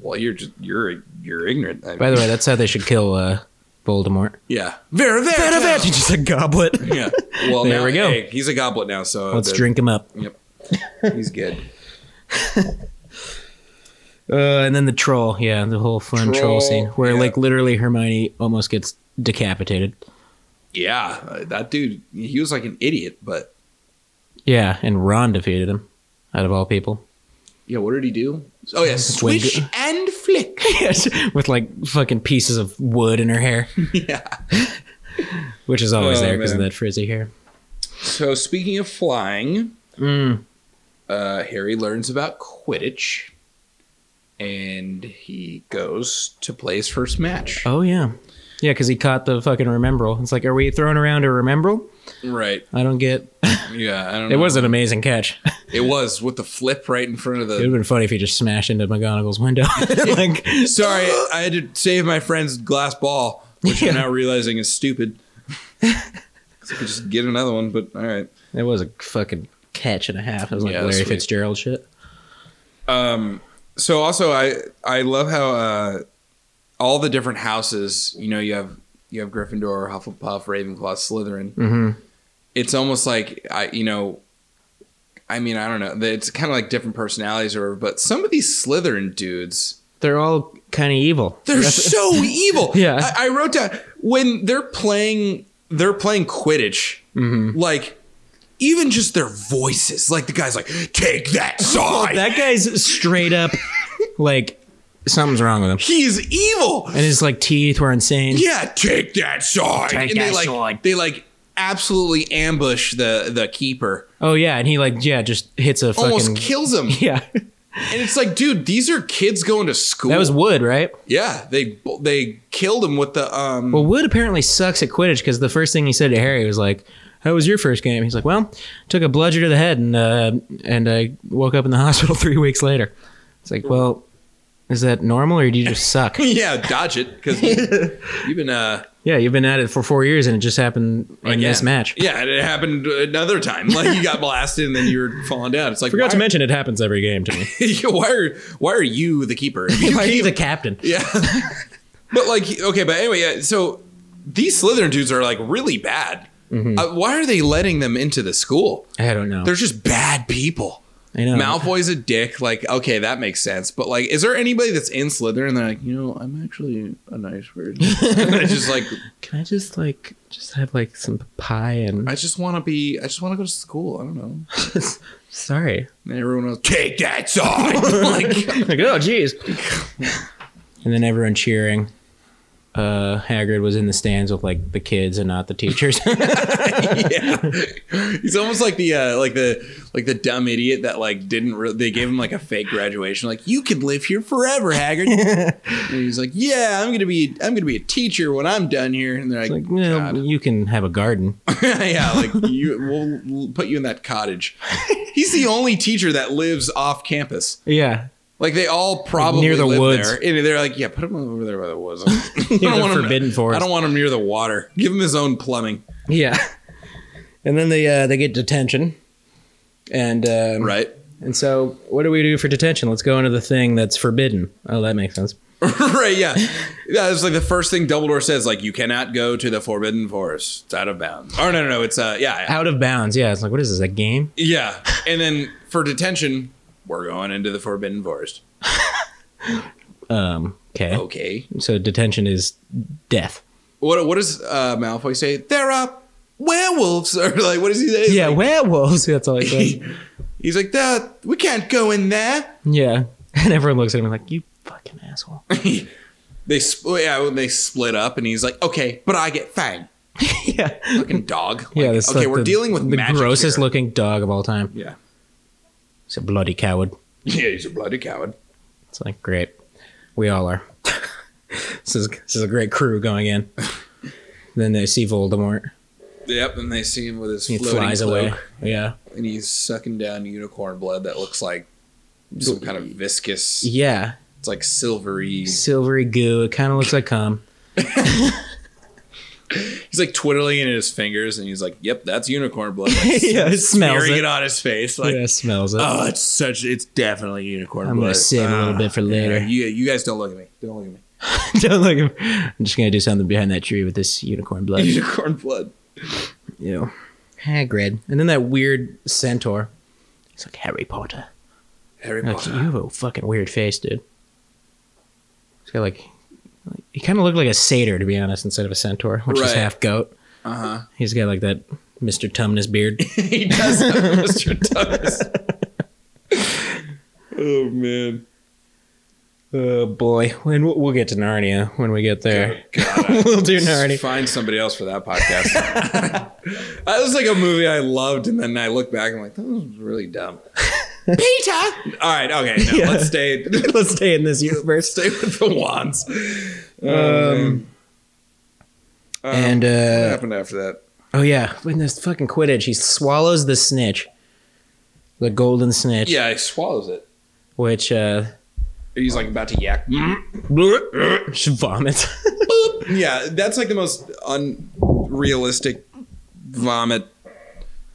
Speaker 2: Well, you're just you're you're ignorant. I
Speaker 1: By the way, that's how they should kill uh, Voldemort.
Speaker 2: Yeah. Vera Vera.
Speaker 1: Fedivato, just a goblet.
Speaker 2: Yeah. Well,
Speaker 1: There
Speaker 2: now-
Speaker 1: we go.
Speaker 2: hey, he's a goblet now, so
Speaker 1: Let's
Speaker 2: the-
Speaker 1: drink him up.
Speaker 2: Yep. He's good.
Speaker 1: Uh, and then the troll, yeah, the whole fun troll,
Speaker 2: Troll,
Speaker 1: scene where
Speaker 2: yeah.
Speaker 1: like literally Hermione almost gets decapitated.
Speaker 2: Yeah, uh, that dude. He was like an idiot, but
Speaker 1: Yeah, and Ron defeated him. Out of all people,
Speaker 2: yeah. What did he do? Oh yeah, swish
Speaker 1: Wing-
Speaker 2: and flick.
Speaker 1: yes, with like fucking pieces of wood in her hair.
Speaker 2: Yeah.
Speaker 1: which is always
Speaker 2: Oh,
Speaker 1: there because of
Speaker 2: man.
Speaker 1: that frizzy hair.
Speaker 2: So speaking of flying,
Speaker 1: Mm.
Speaker 2: uh, Harry learns about Quidditch, and he goes to play his first match.
Speaker 1: Oh yeah, yeah, because he caught the fucking remembrel. It's like, are we throwing around a remembrel?
Speaker 2: Right.
Speaker 1: I don't get.
Speaker 2: Yeah. I don't.
Speaker 1: It
Speaker 2: know.
Speaker 1: was an amazing catch.
Speaker 2: It was with the flip right in front of
Speaker 1: It would have
Speaker 2: the.
Speaker 1: been funny if he just smashed into McGonagall's window. like,
Speaker 2: Sorry, I had to save my friend's glass ball, which
Speaker 1: Yeah.
Speaker 2: I'm now realizing is stupid. 'Cause I could just get another one, but all right.
Speaker 1: it was a fucking catch and a half. It was like
Speaker 2: Yeah,
Speaker 1: Larry
Speaker 2: sweet.
Speaker 1: Fitzgerald shit.
Speaker 2: So also, I I love how uh, all the different houses. You know, you have you have Gryffindor, Hufflepuff, Ravenclaw, Slytherin.
Speaker 1: Mhm.
Speaker 2: It's almost like I, you know, I mean, I don't know. They- It's kind of like different personalities, or whatever, but some of these Slytherin dudes,
Speaker 1: They're all kind of evil.
Speaker 2: they're so evil.
Speaker 1: Yeah.
Speaker 2: I, I wrote down when they're playing, they're playing Quidditch,
Speaker 1: Mm-hmm.
Speaker 2: like. Even just their voices, like the guy's like, "Take that side."
Speaker 1: Oh, That guy's straight up like something's wrong with him.
Speaker 2: He's evil.
Speaker 1: And his like teeth were insane.
Speaker 2: Yeah, take that sword.
Speaker 1: Take
Speaker 2: and they
Speaker 1: that
Speaker 2: like
Speaker 1: sword.
Speaker 2: they like absolutely ambush the the keeper.
Speaker 1: Oh yeah, and he like yeah just hits a fucking
Speaker 2: Almost kills him.
Speaker 1: yeah.
Speaker 2: And it's like, dude, these are kids going to school.
Speaker 1: That was Wood, right?
Speaker 2: yeah, they they killed him with the um
Speaker 1: Well, Wood apparently sucks at Quidditch because the first thing he said to Harry was like, "How was your first game?" He's like, "Well, took a bludger to the head and uh, and I woke up in the hospital three weeks later." It's like, well, is that normal or do you just suck?
Speaker 2: yeah, dodge it because you've been uh
Speaker 1: yeah, you've been at it for four years and it just happened in
Speaker 2: again.
Speaker 1: this match.
Speaker 2: Yeah, and it happened another time. Like you got blasted and then you were falling down. It's like
Speaker 1: Forgot to
Speaker 2: why,
Speaker 1: mention it happens every game to me.
Speaker 2: why are why are you the keeper? If you
Speaker 1: Why are you
Speaker 2: keep-
Speaker 1: the captain?
Speaker 2: Yeah. but like, okay, but anyway, yeah, so these Slytherin dudes are like really bad.
Speaker 1: Mm-hmm.
Speaker 2: Uh, why are they letting them into the school?
Speaker 1: I don't know.
Speaker 2: They're just bad people.
Speaker 1: I know.
Speaker 2: Malfoy's a dick. Like, okay, that makes sense. But like, is there anybody that's in Slytherin? And they're like, you know, I'm actually a nice person. I just like,
Speaker 1: Can I just like just have like some pie and
Speaker 2: I just want to be. I just want to go to school. I don't know.
Speaker 1: sorry?
Speaker 2: And everyone else, take that side. like,
Speaker 1: Like oh jeez. and then everyone cheering. Uh, Hagrid was in the stands with like the kids and not the teachers.
Speaker 2: he's almost like the uh, like the like the dumb idiot that like didn't. Re- they gave him like a fake graduation. Like, you can live here forever, Haggard. And he's like, "Yeah, I'm gonna be, I'm gonna be a teacher when I'm done here." And they're like,
Speaker 1: like, well,
Speaker 2: "God."
Speaker 1: you can have a garden.
Speaker 2: "Yeah, like you, we'll, we'll put you in that cottage." He's the only teacher that lives off campus.
Speaker 1: Yeah,
Speaker 2: Like they all probably
Speaker 1: Near the
Speaker 2: live there,
Speaker 1: woods.
Speaker 2: and they're like, "Yeah, put him over there by the woods." I
Speaker 1: Near
Speaker 2: don't
Speaker 1: the
Speaker 2: want him.
Speaker 1: forbidden forest.
Speaker 2: I don't want him near the water. Give him his own plumbing,
Speaker 1: yeah. And then they uh, they get detention, and um,
Speaker 2: right?
Speaker 1: And so, what do we do for detention? Let's go into the thing that's forbidden. Oh, that makes sense.
Speaker 2: right, yeah. Yeah, it's like the first thing Dumbledore says, like, you cannot go to the Forbidden Forest. It's out of bounds. Oh, no, no, no. It's, uh, yeah,
Speaker 1: Out of bounds. Yeah, it's like what is this? A game?
Speaker 2: yeah. And then for detention, we're going into the Forbidden Forest.
Speaker 1: Um, Okay.
Speaker 2: Okay.
Speaker 1: So detention is death.
Speaker 2: What, what does uh, Malfoy say? There are werewolves. Or, like, what does he say?
Speaker 1: Yeah,
Speaker 2: Like,
Speaker 1: werewolves. That's all I said.
Speaker 2: He's like, "There- we can't go in there.
Speaker 1: yeah. And everyone looks at him like, you fucking asshole.
Speaker 2: They, sp- yeah, when they split up, and he's like, okay, but I get Fang.
Speaker 1: yeah.
Speaker 2: Fucking dog. Like,
Speaker 1: Yeah, that's
Speaker 2: okay,
Speaker 1: like
Speaker 2: we're
Speaker 1: the-
Speaker 2: dealing with
Speaker 1: the
Speaker 2: magic
Speaker 1: grossest
Speaker 2: here.
Speaker 1: looking dog of all time.
Speaker 2: Yeah.
Speaker 1: He's a bloody coward.
Speaker 2: Yeah, he's a bloody coward.
Speaker 1: It's like great. We all are. this is this is a great crew going in. then they see Voldemort.
Speaker 2: Yep, and they see him with his
Speaker 1: He
Speaker 2: floating
Speaker 1: flies
Speaker 2: cloak,
Speaker 1: away. Yeah.
Speaker 2: and he's sucking down unicorn blood that looks like some kind of viscous.
Speaker 1: Yeah.
Speaker 2: It's like silvery.
Speaker 1: Silvery goo. It kind of looks like cum.
Speaker 2: He's like twiddling it in his fingers, and he's like, "Yep, that's unicorn blood." Like,
Speaker 1: yeah, it smells
Speaker 2: smearing it
Speaker 1: it.
Speaker 2: on his face, like,
Speaker 1: yeah, it smells it.
Speaker 2: "Oh, it's such. It's definitely unicorn
Speaker 1: I'm
Speaker 2: blood."
Speaker 1: gonna save a little
Speaker 2: Ah,
Speaker 1: bit for later.
Speaker 2: yeah, you, you guys don't look at me. Don't look at me.
Speaker 1: Don't look at me. I'm just gonna do something behind that tree with this unicorn blood.
Speaker 2: Unicorn blood.
Speaker 1: Ew. Hagrid. And then that weird centaur. He's like Harry Potter.
Speaker 2: Harry
Speaker 1: Like,
Speaker 2: Potter.
Speaker 1: you have a fucking weird face, dude. He's got like, like- he kind of looked like a satyr to be honest, instead of a centaur, which is
Speaker 2: Right.
Speaker 1: half goat.
Speaker 2: Uh-huh.
Speaker 1: He's got like that Mr. Tumnus beard.
Speaker 2: he does have Mr. Thomas. oh man.
Speaker 1: oh boy, when we'll, we'll get to Narnia when we get there. we'll do Narnia.
Speaker 2: Find somebody else for that podcast. that was like a movie I loved, and then I look back and I'm like, that was really dumb. Peter. All right. Okay. No,
Speaker 1: Yeah.
Speaker 2: Let's stay.
Speaker 1: Let's stay in this universe.
Speaker 2: stay with the wands. Um. um,
Speaker 1: and
Speaker 2: what
Speaker 1: uh,
Speaker 2: happened after that?
Speaker 1: oh yeah, when this fucking Quidditch, he swallows the snitch, the golden snitch,
Speaker 2: Yeah, he swallows it.
Speaker 1: which uh,
Speaker 2: He's like about to yak.
Speaker 1: Mm-hmm. she vomits.
Speaker 2: Yeah, that's like the most unrealistic vomit.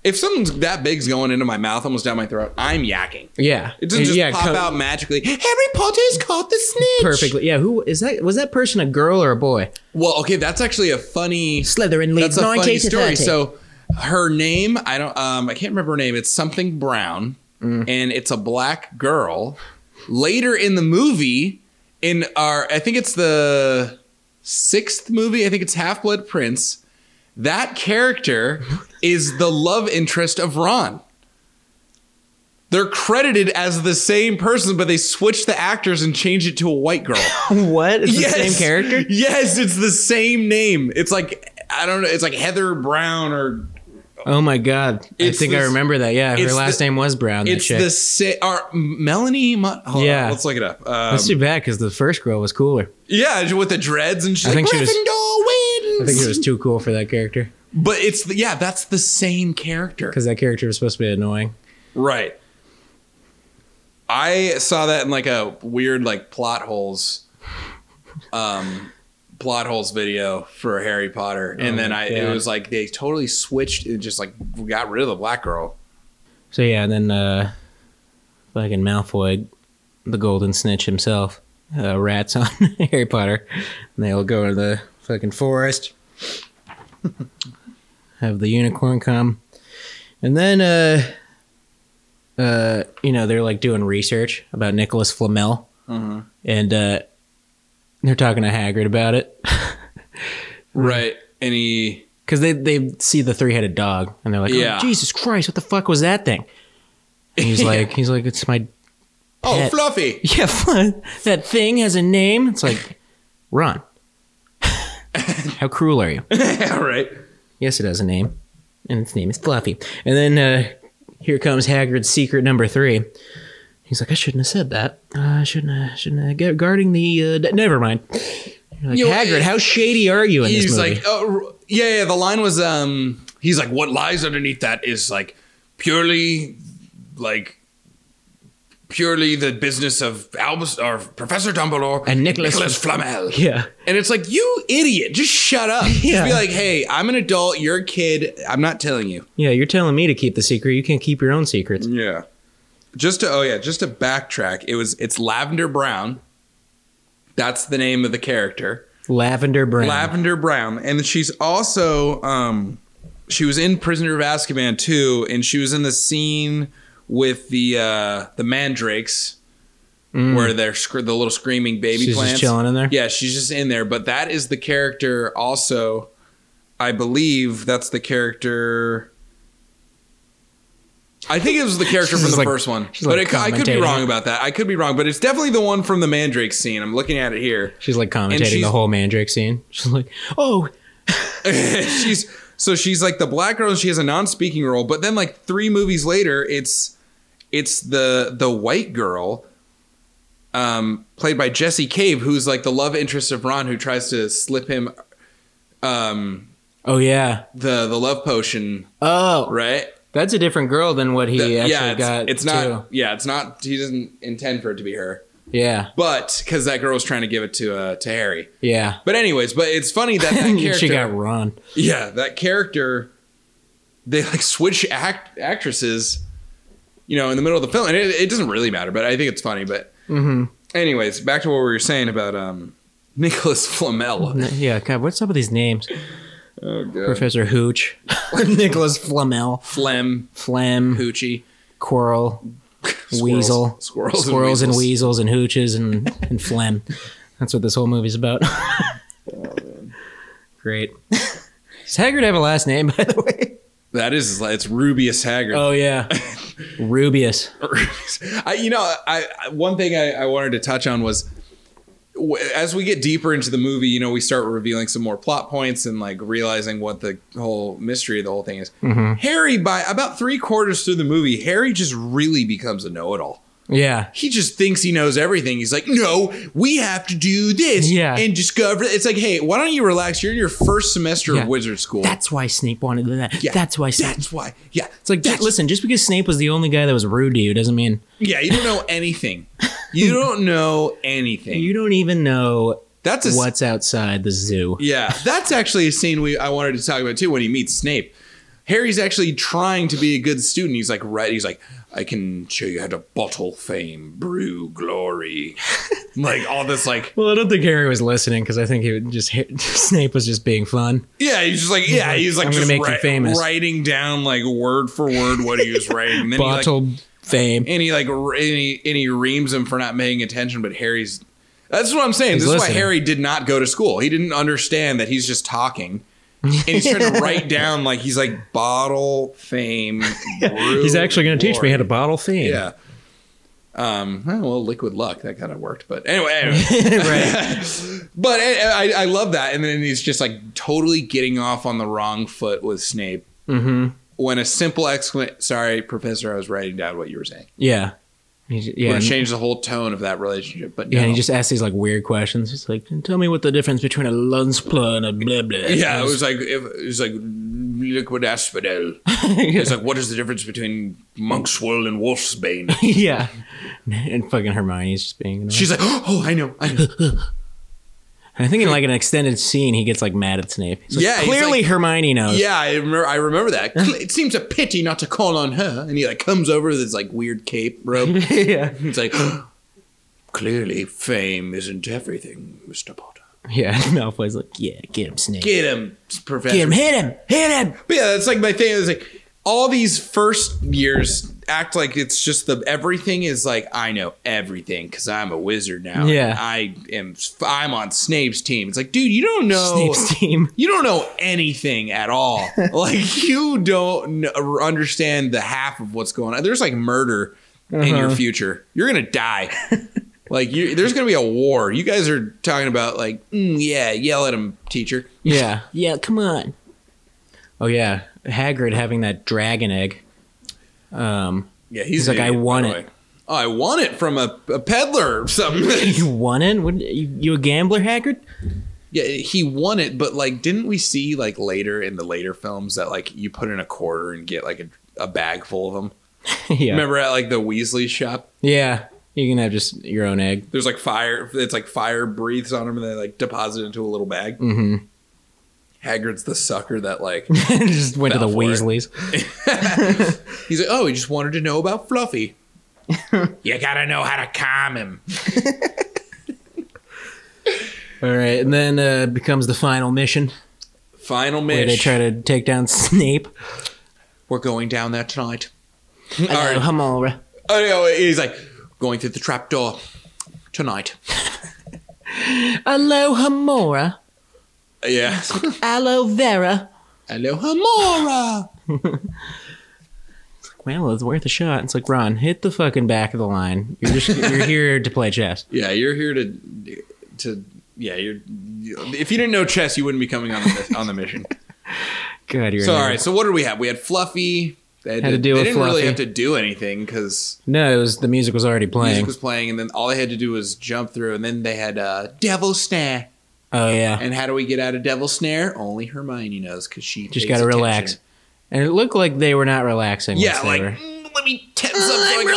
Speaker 2: If something that big's going into my mouth, almost down my throat, I'm yakking.
Speaker 1: yeah,
Speaker 2: It doesn't just
Speaker 1: yeah,
Speaker 2: pop
Speaker 1: co-
Speaker 2: out magically. Harry Potter's caught the snitch.
Speaker 1: perfectly. Yeah, who is that? Was that person a girl or a boy?
Speaker 2: Well, okay, that's actually a funny.
Speaker 1: Slytherin
Speaker 2: That's
Speaker 1: leads
Speaker 2: a
Speaker 1: 90
Speaker 2: funny
Speaker 1: to
Speaker 2: story.
Speaker 1: 30.
Speaker 2: So, her name, I don't, um, I can't remember her name. It's something brown,
Speaker 1: Mm.
Speaker 2: and it's a black girl. Later in the movie, in our, I think it's the sixth movie. I think it's Half Blood Prince. That character is the love interest of Ron. They're credited as the same person, but they switched the actors and changed it to a white girl.
Speaker 1: what? It's the same character?
Speaker 2: Yes, it's the same name. It's like I don't know. It's like Heather Brown or
Speaker 1: Oh my god. I
Speaker 2: It's
Speaker 1: think I
Speaker 2: this-
Speaker 1: remember that. Yeah, her
Speaker 2: it's
Speaker 1: last
Speaker 2: the-
Speaker 1: name was Brown. That
Speaker 2: it's
Speaker 1: chick.
Speaker 2: the same or Melanie. Mu- Hold yeah,
Speaker 1: Yeah.
Speaker 2: let's look it up. Um,
Speaker 1: That's too bad because the first girl was cooler.
Speaker 2: yeah, with the dreads and she's
Speaker 1: I
Speaker 2: like,
Speaker 1: think she was-
Speaker 2: Gryffindor
Speaker 1: I
Speaker 2: wins.
Speaker 1: think it was too cool for that character
Speaker 2: but it's the, yeah, that's the same character,
Speaker 1: because that character was supposed to be annoying.
Speaker 2: right? I saw that in like a weird like plot holes, um, plot holes video for Harry Potter, and
Speaker 1: Oh
Speaker 2: then I
Speaker 1: yeah.
Speaker 2: it was like they totally switched and just like got rid of the black girl.
Speaker 1: So yeah, and then uh, fucking Malfoy, the Golden Snitch himself, uh, rats on Harry Potter, and they all go to the fucking forest, have the unicorn come, and then uh, uh, you know they're like doing research about Nicholas Flamel, and uh, they're talking to Hagrid about it
Speaker 2: Right. And he,
Speaker 1: because they they see the three headed dog and they're like,
Speaker 2: Yeah.
Speaker 1: oh, Jesus Christ, what the fuck was that thing? And he's like, he's like, it's my
Speaker 2: oh,
Speaker 1: Pet.
Speaker 2: Fluffy.
Speaker 1: Yeah, fun. that thing has a name. It's like, Ron. How cruel are you?
Speaker 2: Yeah, right.
Speaker 1: Yes, it has a name, and its name is Fluffy. And then uh, here comes Hagrid's secret number three. He's like, I shouldn't have said that. Uh, I shouldn't. Have, shouldn't have, gu- guarding the. Uh, d- never mind. You're like,
Speaker 2: You know,
Speaker 1: Hagrid,
Speaker 2: it-
Speaker 1: how shady are you in this
Speaker 2: He's
Speaker 1: movie?
Speaker 2: like, oh, yeah, yeah. The line was, um, he's like, what lies underneath that is like purely, like, purely the business of Albus or Professor Dumbledore
Speaker 1: And Nicholas-
Speaker 2: Flamel.
Speaker 1: yeah,
Speaker 2: And it's like, you idiot, just shut up.
Speaker 1: Yeah.
Speaker 2: Just be like, hey, I'm an adult, you're a kid, I'm not telling you.
Speaker 1: yeah. You're telling me to keep the secret. You can't keep your own secrets.
Speaker 2: Yeah. just to oh yeah, just to backtrack, it was it's Lavender Brown. That's the name of the character.
Speaker 1: Lavender Brown.
Speaker 2: Lavender Brown, and she's also um, she was in Prisoner of Azkaban too, and she was in the scene with the uh, the mandrakes where they're sc- the little screaming baby
Speaker 1: Mm. She's just
Speaker 2: plants
Speaker 1: chilling in there?
Speaker 2: Yeah, she's just in there. But that is the character also. I believe that's the character. I think it was the character from
Speaker 1: She's
Speaker 2: the
Speaker 1: just like-
Speaker 2: first one,
Speaker 1: she's
Speaker 2: but
Speaker 1: like
Speaker 2: it, I could be
Speaker 1: commentating.
Speaker 2: wrong about that. I could be wrong, but it's definitely the one from the Mandrake scene. I'm looking at it here.
Speaker 1: She's like commentating
Speaker 2: she's-
Speaker 1: the whole Mandrake scene. She's like, "Oh,
Speaker 2: she's so she's like the black girl and she has a non-speaking role but then like three movies later it's it's the the white girl um played by jesse cave who's like the love interest of ron who tries to slip him um
Speaker 1: oh yeah,
Speaker 2: the the love potion
Speaker 1: oh,
Speaker 2: right
Speaker 1: that's a different girl than what he
Speaker 2: The-
Speaker 1: actually
Speaker 2: yeah it's,
Speaker 1: got."
Speaker 2: it's
Speaker 1: too.
Speaker 2: not yeah it's not he doesn't intend for it to be her
Speaker 1: Yeah,
Speaker 2: but because that girl was trying to give it to uh to harry
Speaker 1: yeah.
Speaker 2: but anyways but it's funny that that character
Speaker 1: she got Ron.
Speaker 2: Yeah, that character, they like switch act actresses, you know, in the middle of the film, and it, it doesn't really matter, but I think it's funny. But,
Speaker 1: Mm-hmm.
Speaker 2: anyways, back to what we were saying about um, Nicholas Flamel.
Speaker 1: Yeah, God, what's up with these names?
Speaker 2: Oh, God.
Speaker 1: Professor Hooch, Nicholas Flamel,
Speaker 2: Flem,
Speaker 1: Phlegm,
Speaker 2: Poochie,
Speaker 1: Quirrell,
Speaker 2: squirrels-
Speaker 1: Weasel,
Speaker 2: squirrels,
Speaker 1: squirrels and,
Speaker 2: and weasels.
Speaker 1: weasels. and hooches and and phlegm. That's what this whole movie's about.
Speaker 2: Oh,
Speaker 1: Great. Does Haggard have a last name, by the way?
Speaker 2: That is, it's Rubius Haggard.
Speaker 1: Oh yeah, Rubius.
Speaker 2: I, you know, I, I one thing I, I wanted to touch on was w- as we get deeper into the movie, you know, we start revealing some more plot points and like realizing what the whole mystery of the whole thing is.
Speaker 1: Mm-hmm.
Speaker 2: Harry, by about three quarters through the movie, Harry just really becomes a know-it-all.
Speaker 1: Yeah,
Speaker 2: He just thinks he knows everything. He's like, no, we have to do this
Speaker 1: Yeah.
Speaker 2: and discover. It's like, hey, why don't you relax? You're in your first semester
Speaker 1: Yeah.
Speaker 2: of wizard school.
Speaker 1: that's why Snape wanted that.
Speaker 2: Yeah.
Speaker 1: That's why Snape.
Speaker 2: that's why. Yeah,
Speaker 1: it's like,
Speaker 2: that's-
Speaker 1: listen, just because Snape was the only guy that was rude to you doesn't mean
Speaker 2: yeah. You don't know anything. You don't know anything.
Speaker 1: you don't even know
Speaker 2: That's a
Speaker 1: what's outside the zoo.
Speaker 2: yeah. That's actually a scene we I wanted to talk about too when he meets Snape. Harry's actually trying to be a good student. He's like, right. He's like, I can show you how to bottle fame, brew glory, like all this. Like,
Speaker 1: Well, I don't think Harry was listening because I think he would just Snape was just being fun.
Speaker 2: yeah, he's just like, yeah, he's like
Speaker 1: I'm gonna
Speaker 2: just
Speaker 1: make you
Speaker 2: wri-
Speaker 1: famous.
Speaker 2: writing down like word for word what he was writing. And then he, like,
Speaker 1: Bottled fame.
Speaker 2: and he like re- and he, and he reams him for not paying attention but harry's that's what i'm saying
Speaker 1: He's
Speaker 2: this is why
Speaker 1: listening.
Speaker 2: harry did not go to school he didn't understand that he's just talking and he's trying to write down like he's like bottle fame brew,
Speaker 1: He's actually going to teach me how to
Speaker 2: glory."
Speaker 1: bottle fame.
Speaker 2: yeah um oh, well liquid luck that kind of worked but anyway, anyway.
Speaker 1: right.
Speaker 2: but eh, I, I, I love that and then he's just like totally getting off on the wrong foot with snape
Speaker 1: Mm-hmm.
Speaker 2: when a simple exclamation sorry professor i was writing down what you were saying
Speaker 1: Yeah. He j- Yeah.
Speaker 2: would
Speaker 1: And,
Speaker 2: have changed the whole tone of that relationship. But no.
Speaker 1: yeah. And he just asks these like weird questions. He's like, "Tell me what the difference between a lunspla and a blah blah."
Speaker 2: yeah, it was like if, it was like liquid asphodel. It's like what is the difference between monk's wool and wolf's bane?
Speaker 1: yeah. And fucking Hermione's just being. annoying.
Speaker 2: She's like, oh, I know, I know.
Speaker 1: And I think in like an extended scene, he gets like mad at Snape. He's like,
Speaker 2: Yeah, he's
Speaker 1: Clearly,
Speaker 2: like-
Speaker 1: Hermione knows.
Speaker 2: yeah, I remember. I remember that. It seems a pity not to call on her. And he like comes over with his like weird cape robe.
Speaker 1: yeah.
Speaker 2: He's like, clearly, fame isn't everything, Mister Potter.
Speaker 1: Yeah. Malfoy's like, "Yeah, get him, Snape.
Speaker 2: Get him, Professor.
Speaker 1: get him. Hit him. Hit him."
Speaker 2: But yeah, that's like my thing. Is like all these first years act like it's just the everything is like I know everything because I'm a wizard now.
Speaker 1: Yeah.
Speaker 2: I am. I'm on Snape's team. It's like, dude, you don't know.
Speaker 1: Snape's team.
Speaker 2: You don't know anything at all. like you don't kn- understand the half of what's going on. There's like murder in
Speaker 1: Uh-huh.
Speaker 2: your future. You're gonna die. like you, there's gonna be a war. You guys are talking about like, mm, yeah, yell at him, teacher.
Speaker 1: Yeah. Yeah, come on. Oh yeah. Hagrid having that dragon egg. Um
Speaker 2: Yeah,
Speaker 1: He's like,
Speaker 2: an
Speaker 1: "I
Speaker 2: idiot, by
Speaker 1: want
Speaker 2: the
Speaker 1: it."
Speaker 2: way. Oh, I want it from a, a peddler or something.
Speaker 1: you won it? Would you, you a gambler, Hagrid?
Speaker 2: yeah, he won it, but like, didn't we see like later in the later films that like you put in a quarter and get like a, a bag full of them?
Speaker 1: yeah.
Speaker 2: Remember at like the Weasley shop,
Speaker 1: Yeah. You can have just your own egg.
Speaker 2: there's like fire. It's like fire breathes on them and they like deposit it into a little bag.
Speaker 1: Mhm.
Speaker 2: Hagrid's the sucker that like
Speaker 1: just went to
Speaker 2: Fell
Speaker 1: the
Speaker 2: for it.
Speaker 1: Weasleys.
Speaker 2: he's like, oh, he just wanted to know about Fluffy. You gotta know how to calm him.
Speaker 1: All right, and then uh, becomes the final mission
Speaker 2: Final
Speaker 1: where they
Speaker 2: mission.
Speaker 1: try to take down Snape.
Speaker 2: We're going down there tonight. All
Speaker 1: I know,
Speaker 2: right.
Speaker 1: Hamora.
Speaker 2: Oh, no, he's like going through the trap door tonight.
Speaker 1: Hello, Hamora.
Speaker 2: Yeah.
Speaker 1: Aloe vera.
Speaker 2: Hello, Hamora.
Speaker 1: Well, it's worth a shot. It's like Ron, hit the fucking back of the line. You're just you're here to play chess.
Speaker 2: Yeah, you're here to to yeah, you're if you didn't know chess, you wouldn't be coming on the, on the mission.
Speaker 1: God, you're
Speaker 2: So
Speaker 1: an
Speaker 2: all
Speaker 1: idiot.
Speaker 2: right, so what did we have? We had Fluffy. They had,
Speaker 1: Had
Speaker 2: to,
Speaker 1: to deal
Speaker 2: they
Speaker 1: with
Speaker 2: didn't really
Speaker 1: Fluffy.
Speaker 2: have to do anything because
Speaker 1: No, it was the music was already playing.
Speaker 2: music was playing, and then all they had to do was jump through, and then they had uh, Devil Snare.
Speaker 1: oh yeah,
Speaker 2: And how do we get out of Devil Snare? Only Hermione knows because she
Speaker 1: just
Speaker 2: pays
Speaker 1: gotta relax.
Speaker 2: attention.
Speaker 1: And it looked like they were not relaxing. once
Speaker 2: Yeah,
Speaker 1: they
Speaker 2: like
Speaker 1: were.
Speaker 2: "Mm, let me tense up. so I can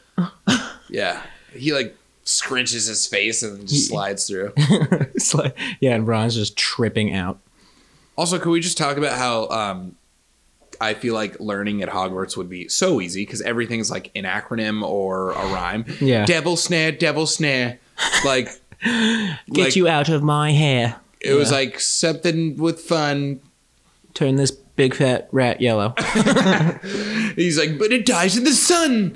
Speaker 2: relax." Yeah, he like scrunches his face and then just slides through.
Speaker 1: It's like- yeah, and Ron's just tripping out.
Speaker 2: Also, could we just talk about how um, I feel like learning at Hogwarts would be so easy because everything's like an acronym or a rhyme.
Speaker 1: Yeah.
Speaker 2: Devil snare, devil snare. Like,
Speaker 1: Get
Speaker 2: like,
Speaker 1: you out of my hair.
Speaker 2: It was like something with fun.
Speaker 1: Turn this big fat rat yellow.
Speaker 2: He's like, but it dies in the sun.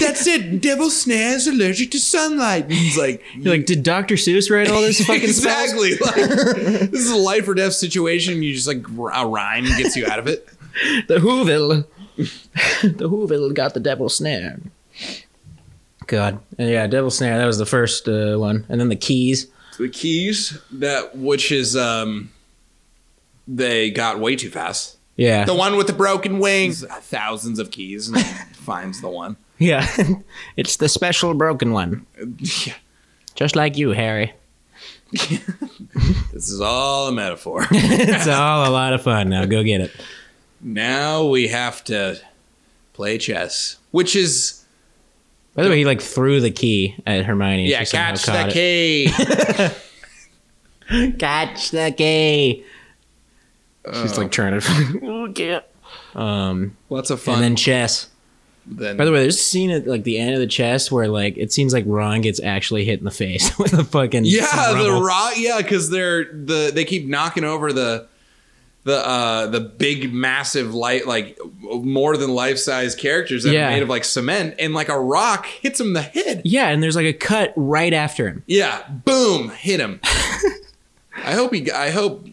Speaker 2: That's it. Devil snare is allergic to sunlight. And he's like,
Speaker 1: You're like, did Dr. Seuss write all this fucking stuff?
Speaker 2: exactly. Like, this is a life or death situation. You just like a rhyme gets you out of it.
Speaker 1: The Whoville. the Whoville got the devil snare. God. And yeah, devil snare, that was the first uh, one. And then the keys.
Speaker 2: the keys that which is um they got way too fast
Speaker 1: Yeah.
Speaker 2: the one with the broken wings thousands of keys and finds the one
Speaker 1: yeah. it's the special broken one.
Speaker 2: yeah
Speaker 1: Just like you, Harry.
Speaker 2: this is all a metaphor
Speaker 1: it's all a lot of fun now. Go get it.
Speaker 2: now we have to play chess which is
Speaker 1: By the way, he like threw the key at Hermione. and
Speaker 2: yeah
Speaker 1: she somehow
Speaker 2: catch
Speaker 1: caught
Speaker 2: the
Speaker 1: it.
Speaker 2: key
Speaker 1: Catch the key. She's like trying to. um,
Speaker 2: lots of
Speaker 1: and
Speaker 2: fun
Speaker 1: then chess.
Speaker 2: then,
Speaker 1: By the way, there's a scene at like the end of the chess where like it seems like Ron gets actually hit in the face with a fucking
Speaker 2: yeah the
Speaker 1: rubble.
Speaker 2: rock yeah because they're the they keep knocking over the the uh the big massive light like more than life size characters that
Speaker 1: Yeah.
Speaker 2: are made of like cement and like a rock hits him in the head
Speaker 1: yeah, and there's like a cut right after him.
Speaker 2: yeah boom hit him i hope he i hope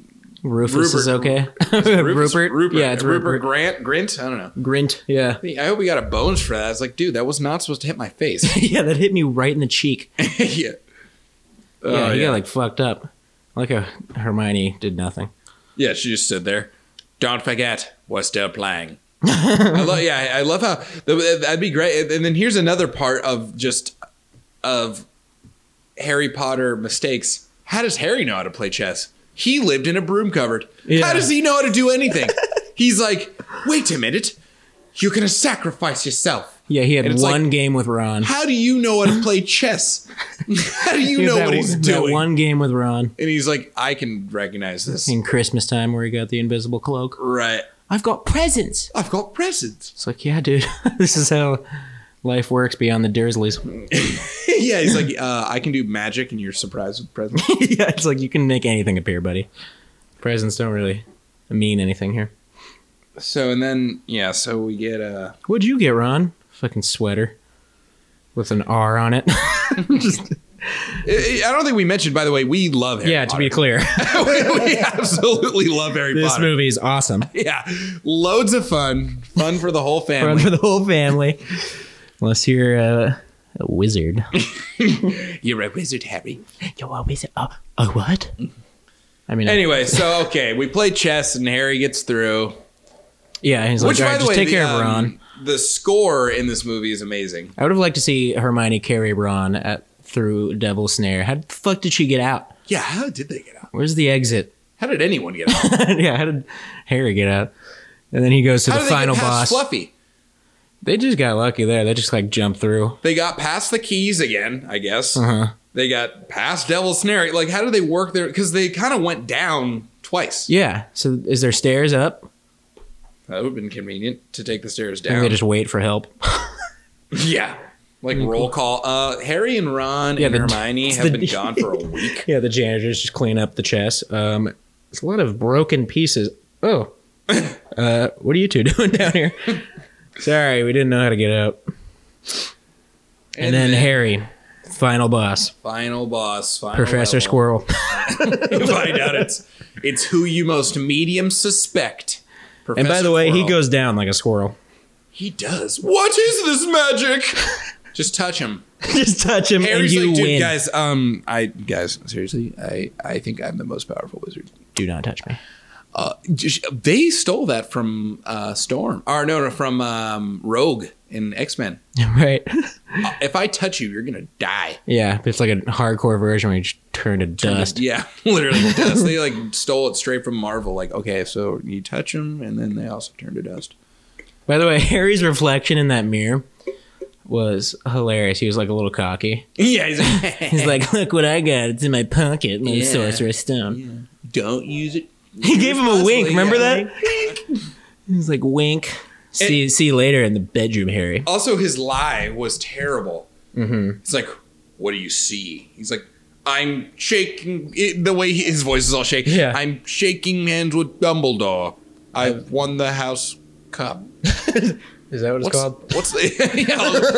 Speaker 1: Rufus is
Speaker 2: Rupert.
Speaker 1: okay.
Speaker 2: Rufus-
Speaker 1: Rupert,
Speaker 2: rupert
Speaker 1: yeah, it's
Speaker 2: rupert
Speaker 1: Rupert.
Speaker 2: grant grint i don't know
Speaker 1: Grint, yeah,
Speaker 2: i hope he got a bones for that i was like dude that was not supposed to hit my face
Speaker 1: yeah, that hit me right in the cheek. Yeah,
Speaker 2: yeah Oh,
Speaker 1: he
Speaker 2: yeah.
Speaker 1: got like fucked up. Like a Hermione did nothing.
Speaker 2: Yeah, she just stood there. Don't forget, we're still playing. I love, yeah, I love how that'd be great. And then here's another part of just of Harry Potter mistakes. How does Harry know how to play chess? He lived in a broom cupboard.
Speaker 1: Yeah.
Speaker 2: How does he know how to do anything? He's like, wait a minute, you're gonna sacrifice yourself.
Speaker 1: Yeah, he had
Speaker 2: And it's
Speaker 1: one
Speaker 2: like-
Speaker 1: game with Ron.
Speaker 2: How do you know how to play chess? How do you
Speaker 1: He had
Speaker 2: know
Speaker 1: that
Speaker 2: what he's
Speaker 1: one- That
Speaker 2: doing?
Speaker 1: one game with Ron
Speaker 2: And he's like, I can recognize this.
Speaker 1: in Christmas time where he got the invisible cloak.
Speaker 2: Right.
Speaker 1: I've got presents.
Speaker 2: I've got presents.
Speaker 1: It's like, yeah, dude, this is how life works beyond the Dursleys.
Speaker 2: yeah, he's like, uh, I can do magic, and you're surprised with presents.
Speaker 1: yeah, it's like you can make anything appear, buddy. Presents don't really mean anything here.
Speaker 2: so, and then yeah, so we get uh,
Speaker 1: What'd you get, Ron? Fucking sweater with an R on it.
Speaker 2: I I don't think we mentioned, by the way, we love Harry.
Speaker 1: yeah, to be clear,
Speaker 2: clear, we, we absolutely love Harry
Speaker 1: this
Speaker 2: Potter.
Speaker 1: movie is awesome.
Speaker 2: Yeah, loads of fun, fun for the whole
Speaker 1: Fun
Speaker 2: family.
Speaker 1: for the whole family, unless you're uh, a wizard.
Speaker 2: you're a wizard, Harry.
Speaker 1: You're a wizard. Oh, a what? I mean, I-
Speaker 2: Anyway, so okay, we play chess, and Harry gets through.
Speaker 1: yeah. and He's like,
Speaker 2: Which,
Speaker 1: "All
Speaker 2: by
Speaker 1: right,
Speaker 2: the
Speaker 1: just
Speaker 2: way,
Speaker 1: take
Speaker 2: the,
Speaker 1: care of
Speaker 2: um,
Speaker 1: Ron.
Speaker 2: The score in this movie is amazing.
Speaker 1: I would have liked to see Hermione carry Ron at, through Devil's Snare. How the fuck did she get out?
Speaker 2: Yeah, how did they get out?
Speaker 1: Where's the exit?
Speaker 2: How did anyone get out?
Speaker 1: yeah, how did Harry get out? And then he goes to
Speaker 2: How
Speaker 1: the
Speaker 2: did they
Speaker 1: final
Speaker 2: get
Speaker 1: boss.
Speaker 2: past Fluffy?
Speaker 1: They just got lucky there. They just like jumped through.
Speaker 2: They got past the keys again, I guess.
Speaker 1: Uh-huh.
Speaker 2: They got past Devil's Snare. Like, how do they work there? Because they kind of went down twice.
Speaker 1: Yeah. So is there stairs up?
Speaker 2: That would have been convenient to take the stairs
Speaker 1: Maybe
Speaker 2: down.
Speaker 1: they just wait for help.
Speaker 2: yeah. Like roll call. Uh, Harry and Ron
Speaker 1: Yeah,
Speaker 2: and
Speaker 1: the-
Speaker 2: Hermione
Speaker 1: it's
Speaker 2: have
Speaker 1: the-
Speaker 2: been gone for a week.
Speaker 1: Yeah, the janitors just clean up the chess. Um, it's a lot of broken pieces. Oh, uh, what are you two doing down here? Sorry, we didn't know how to get out. And, then, Harry, final boss,
Speaker 2: final boss, final
Speaker 1: Professor
Speaker 2: level.
Speaker 1: Squirrel.
Speaker 2: You find out it's it's who you most medium suspect. Professor
Speaker 1: and by the way, he
Speaker 2: Squirrel.
Speaker 1: goes down like a squirrel.
Speaker 2: He does. What is this magic? Just touch him.
Speaker 1: just touch him
Speaker 2: Harry's
Speaker 1: and you
Speaker 2: like, dude,
Speaker 1: win.
Speaker 2: guys, um, I guys, seriously, I I think I'm the most powerful wizard.
Speaker 1: Do not touch me.
Speaker 2: Just- They stole that from uh, Storm, or no, no, from um, Rogue in X Men.
Speaker 1: right?
Speaker 2: If I touch you, you're gonna die.
Speaker 1: Yeah, it's like a hardcore version where you just turn to dust.
Speaker 2: Yeah, literally dust. They like stole it straight from Marvel. Like, okay, so you touch them, and then they also turn to dust.
Speaker 1: By the way, Harry's reflection in that mirror was hilarious. He was like a little cocky.
Speaker 2: Yeah, he's like,
Speaker 1: He's like, "Look what I got! It's in my pocket, my
Speaker 2: Yeah.
Speaker 1: sorcerer's stone."
Speaker 2: don't use it.
Speaker 1: He gave him a wink. Remember
Speaker 2: yeah.
Speaker 1: that? He's like, "Wink." See, see you later in the bedroom, Harry.
Speaker 2: Also, his lie was terrible. Mm-hmm. It's like, what do you see? He's like, I'm shaking. It, the way his voice is all shaking.
Speaker 1: Yeah. Uh,
Speaker 2: I'm shaking hands with Dumbledore. I won the House Cup.
Speaker 1: Is that what it's
Speaker 2: What's, what's the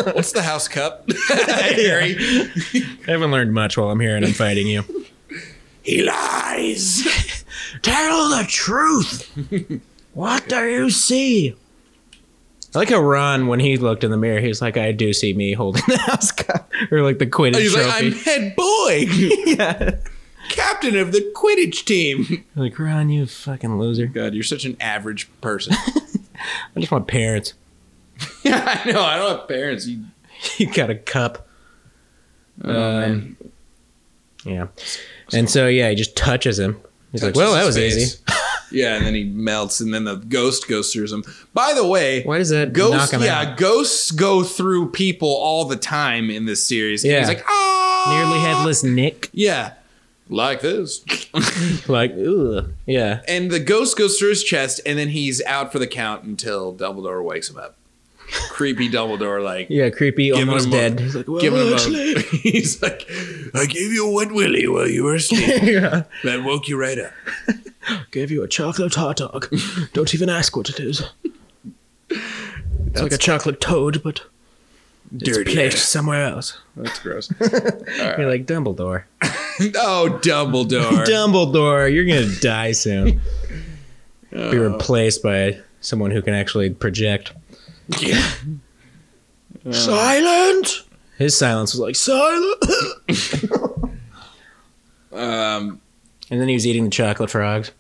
Speaker 2: yeah, what's the House Cup? Harry.
Speaker 1: I haven't learned much while I'm here and I'm fighting you.
Speaker 2: He lies.
Speaker 1: Tell the truth. what do you see? I like how Ron, when he looked in the mirror, he was like, "I do see me holding the house cup, or like the Quidditch
Speaker 2: He's like,
Speaker 1: trophy."
Speaker 2: I'm head boy,
Speaker 1: yeah.
Speaker 2: captain of the Quidditch team.
Speaker 1: Like Ron, you fucking loser.
Speaker 2: God, you're such an average person.
Speaker 1: I just want parents.
Speaker 2: I know. I don't have parents. You,
Speaker 1: you got a cup. Oh, um, yeah. And so yeah, he just touches him. He's like, "Well, that was easy."
Speaker 2: yeah, and then he melts, and then the ghost goes through him. By the way,
Speaker 1: Why does that knock
Speaker 2: ghosts?
Speaker 1: him
Speaker 2: Yeah,
Speaker 1: out?
Speaker 2: ghosts go through people all the time in this series. And
Speaker 1: Yeah.
Speaker 2: he's like, ah,
Speaker 1: Nearly headless Nick.
Speaker 2: Yeah, like this.
Speaker 1: Like, ooh, yeah.
Speaker 2: and the ghost goes through his chest, and then he's out for the count until Dumbledore wakes him up. Creepy Dumbledore, like
Speaker 1: Yeah, creepy,
Speaker 2: Giving
Speaker 1: almost
Speaker 2: him a-
Speaker 1: dead. He's like, well,
Speaker 2: giving him
Speaker 1: it's late."
Speaker 2: a. he's like, I gave you a wet willy while you were asleep.
Speaker 1: yeah.
Speaker 2: that woke you right up.
Speaker 1: Gave you a chocolate hot dog. Don't even ask what it is. It's like a chocolate toad, but
Speaker 2: Dirty.
Speaker 1: somewhere else.
Speaker 2: That's gross.
Speaker 1: You're like Dumbledore.
Speaker 2: oh, Dumbledore.
Speaker 1: Dumbledore, you're gonna die soon. Be replaced by someone who can actually project.
Speaker 2: Yeah.
Speaker 1: Silent. His silence was like silent.
Speaker 2: Um,
Speaker 1: And then he was eating the chocolate frogs.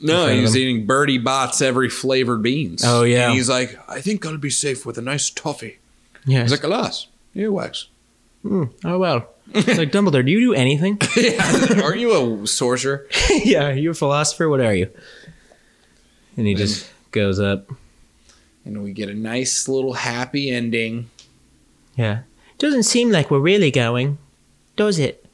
Speaker 2: No,
Speaker 1: front
Speaker 2: he
Speaker 1: of
Speaker 2: was
Speaker 1: them.
Speaker 2: eating Birdie Bot's every flavored beans.
Speaker 1: Oh, yeah.
Speaker 2: and he's like, I think I'll be safe with a nice toffee.
Speaker 1: Yeah.
Speaker 2: He's like, alas, earwax.
Speaker 1: oh well. It's like Dumbledore, do you do anything?
Speaker 2: Are you a sorcerer?
Speaker 1: yeah, are you a philosopher? What are you? And he just goes up.
Speaker 2: And we get a nice little happy ending.
Speaker 1: Yeah. Doesn't seem like we're really going, does it?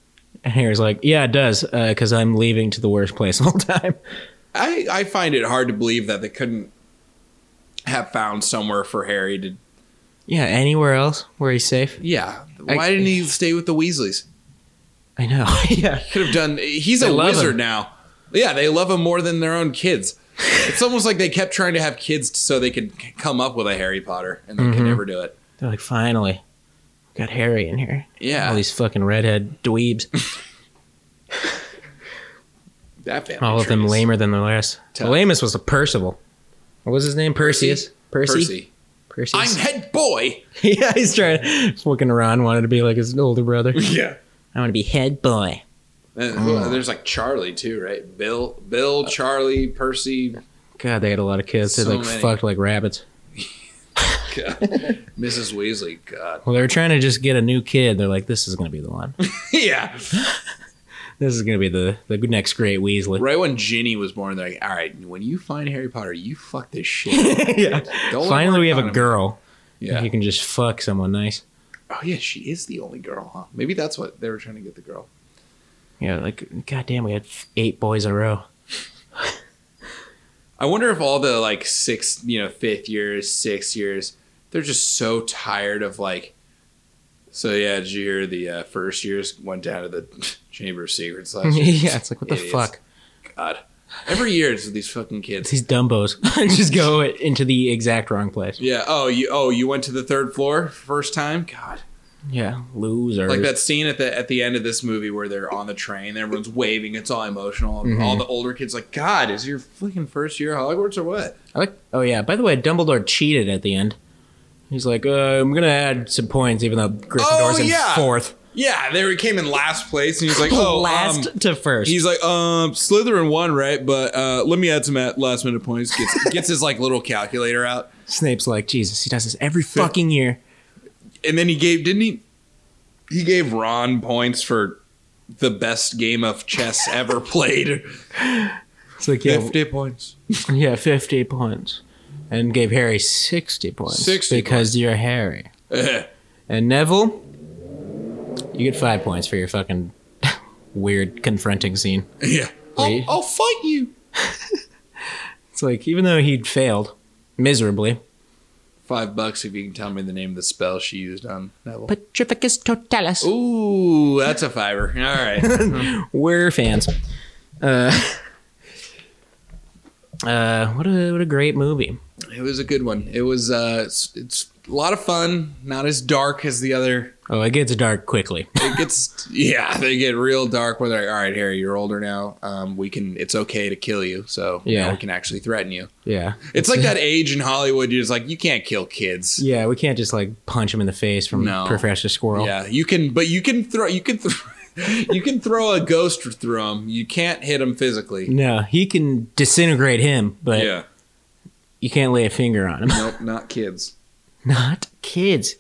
Speaker 1: And Harry's like, yeah, it does, because I'm leaving to the worst place of all time.
Speaker 2: I I find it hard to believe that they couldn't have found somewhere for Harry to.
Speaker 1: Yeah, anywhere else where he's safe?
Speaker 2: Yeah,
Speaker 1: I-
Speaker 2: why didn't he stay with the Weasleys?
Speaker 1: I know. yeah.
Speaker 2: Could have done. He's
Speaker 1: They
Speaker 2: a
Speaker 1: love
Speaker 2: wizard
Speaker 1: him.
Speaker 2: now. Yeah, they love him more than their own kids. It's almost like they kept trying to have kids so they could c- come up with a Harry Potter, and they
Speaker 1: Mm-hmm.
Speaker 2: could never do it.
Speaker 1: They're like, finally, we got Harry in here.
Speaker 2: Yeah,
Speaker 1: All these fucking redhead dweebs.
Speaker 2: That family.
Speaker 1: All of them
Speaker 2: trees.
Speaker 1: lamer than the last.
Speaker 2: Tough.
Speaker 1: The lamest was the Percival. What was his name? Perseus? Percy?
Speaker 2: Percy. I'm
Speaker 1: Perseus.
Speaker 2: head boy.
Speaker 1: yeah, he's trying. Fucking Ron wanted to be like his older brother.
Speaker 2: Yeah.
Speaker 1: I want to be head boy. Oh.
Speaker 2: There's like Charlie too, right? Bill, Bill, Charlie, Percy,
Speaker 1: God, they had a lot of kids.
Speaker 2: So
Speaker 1: they like
Speaker 2: many.
Speaker 1: fucked like rabbits.
Speaker 2: God. Mrs. Weasley. God.
Speaker 1: Well, they were trying to just get a new kid. They're like, this is going to be the one.
Speaker 2: Yeah.
Speaker 1: this is going to be the, the next great Weasley.
Speaker 2: Right when Ginny was born, they're like, "All right, when you find Harry Potter, you fuck this shit."
Speaker 1: yeah.
Speaker 2: Don't let
Speaker 1: Finally,
Speaker 2: Mark
Speaker 1: we have
Speaker 2: find
Speaker 1: a
Speaker 2: him.
Speaker 1: girl.
Speaker 2: Yeah.
Speaker 1: You can just fuck someone nice.
Speaker 2: oh yeah, she is the only girl, huh? Maybe that's what they were trying to get the girl.
Speaker 1: Yeah, like, goddamn, we had eight boys in a row.
Speaker 2: I wonder if all the like six, you know, fifth years, six years, they're just so tired of like So yeah, did you hear the uh, first years went down to the Chamber of Secrets last year?
Speaker 1: yeah, it's like what the
Speaker 2: Idiots.
Speaker 1: fuck?
Speaker 2: God. Every year it's these fucking kids.
Speaker 1: These dumbos just go into the exact wrong place.
Speaker 2: Yeah. Oh, you. Oh, you went to the third floor first time. God,
Speaker 1: Yeah, losers.
Speaker 2: like that scene at the at the end of this movie where they're on the train, everyone's waving, it's all emotional,
Speaker 1: Mm-hmm.
Speaker 2: and all the older kids like, God, is your fucking first year Hogwarts or what?
Speaker 1: I like. Oh yeah. By the way, Dumbledore cheated at the end. He's like, uh, I'm gonna add some points, even though
Speaker 2: Oh,
Speaker 1: Gryffindor's
Speaker 2: yeah.
Speaker 1: in fourth.
Speaker 2: Yeah, they were- came in last place, and he's like, Oh,
Speaker 1: last
Speaker 2: um,
Speaker 1: to first.
Speaker 2: He's like, um, Slytherin won, right? But uh, let me add some at last minute points. Gets, gets his like little calculator out,
Speaker 1: Snape's like, Jesus, he does this every fucking year.
Speaker 2: and then he gave, didn't he? He gave Ron points for the best game of chess ever played.
Speaker 1: It's like, yeah,
Speaker 2: Fifty points.
Speaker 1: yeah, fifty points, and gave Harry sixty points
Speaker 2: 60
Speaker 1: because you're Harry. And Neville, you get five points for your fucking weird confronting scene.
Speaker 2: Yeah. I'll,
Speaker 1: Wait.
Speaker 2: I'll fight you.
Speaker 1: It's like, even though he'd failed miserably,
Speaker 2: Five bucks if you can tell me the name of the spell she used on Neville.
Speaker 1: Petrificus Totalis.
Speaker 2: Ooh, that's a fiver. All right.
Speaker 1: We're fans. Uh, uh, what a what a great movie.
Speaker 2: it was a good one. It was uh it's, it's a lot of fun, not as dark as the other.
Speaker 1: Oh, it gets dark quickly.
Speaker 2: It gets yeah, they get real dark where they're like, all right, Harry, you're older now. Um we can it's okay to kill you, so you know,
Speaker 1: Yeah.
Speaker 2: we can actually threaten you.
Speaker 1: Yeah,
Speaker 2: It's like that age in Hollywood, you're just like, you can't kill kids.
Speaker 1: yeah. We can't just like punch him in the face from
Speaker 2: No.
Speaker 1: Professor Squirrel.
Speaker 2: Yeah, you can, but you can throw, you can, th- you can throw a ghost through them. You can't hit them physically.
Speaker 1: No, he can disintegrate him, but
Speaker 2: Yeah,
Speaker 1: you can't lay a finger on him.
Speaker 2: nope, not kids.
Speaker 1: Not kids.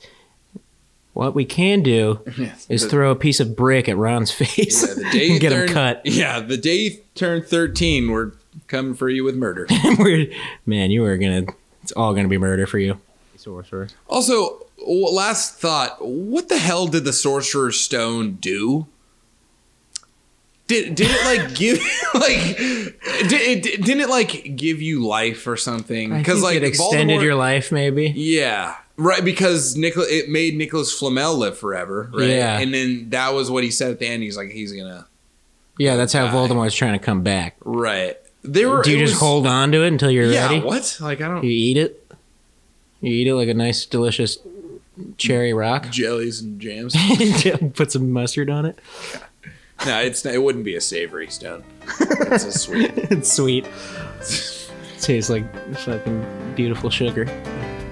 Speaker 1: What we can do
Speaker 2: Yes,
Speaker 1: is
Speaker 2: the-
Speaker 1: throw a piece of brick at Ron's face
Speaker 2: Yeah, the day you
Speaker 1: and get
Speaker 2: turn,
Speaker 1: him cut.
Speaker 2: Yeah, the day you turn thirteen, we're coming for you with murder.
Speaker 1: We're- Man, you are gonna. It's all gonna be murder for you. Sorcerer.
Speaker 2: also, w- last thought: What the hell did the Sorcerer's Stone do? Did did it like give like did it didn't it like give you life or something?
Speaker 1: Because like it extended
Speaker 2: Voldemort-
Speaker 1: your life, maybe.
Speaker 2: Yeah. Right, because Nichol it made Nicholas Flamel live forever, right?
Speaker 1: Yeah.
Speaker 2: And then that was what he said at the end. He's like, he's gonna
Speaker 1: Yeah, that's how Voldemort's trying to come back.
Speaker 2: Right. They were
Speaker 1: Do you
Speaker 2: it
Speaker 1: just
Speaker 2: was-
Speaker 1: hold on to it until you're
Speaker 2: Yeah,
Speaker 1: ready?
Speaker 2: what? Like I don't
Speaker 1: You eat it. You eat it like a nice, delicious cherry rock.
Speaker 2: jellies and jams.
Speaker 1: Put some mustard on it.
Speaker 2: no, it's not, it wouldn't be a savory stone. It's a sweet
Speaker 1: It's sweet. Tastes like fucking beautiful sugar.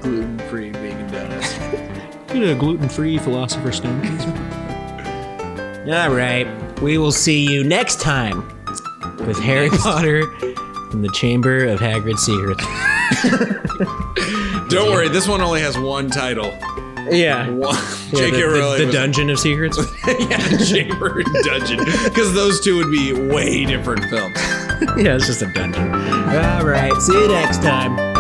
Speaker 2: gluten free vegan donuts.
Speaker 1: Get a gluten-free philosopher's stone, please. All right, we will see you next time with Harry Potter and the Chamber of Hagrid's Secrets.
Speaker 2: Don't worry, this one only has one title.
Speaker 1: Yeah,
Speaker 2: One
Speaker 1: Yeah,
Speaker 2: J.K.
Speaker 1: the-
Speaker 2: Rowling
Speaker 1: the, the
Speaker 2: was-
Speaker 1: Dungeon of Secrets.
Speaker 2: yeah, Chamber and Dungeon. Because those two would be way different films.
Speaker 1: yeah, it's just a dungeon. All right, see you next time.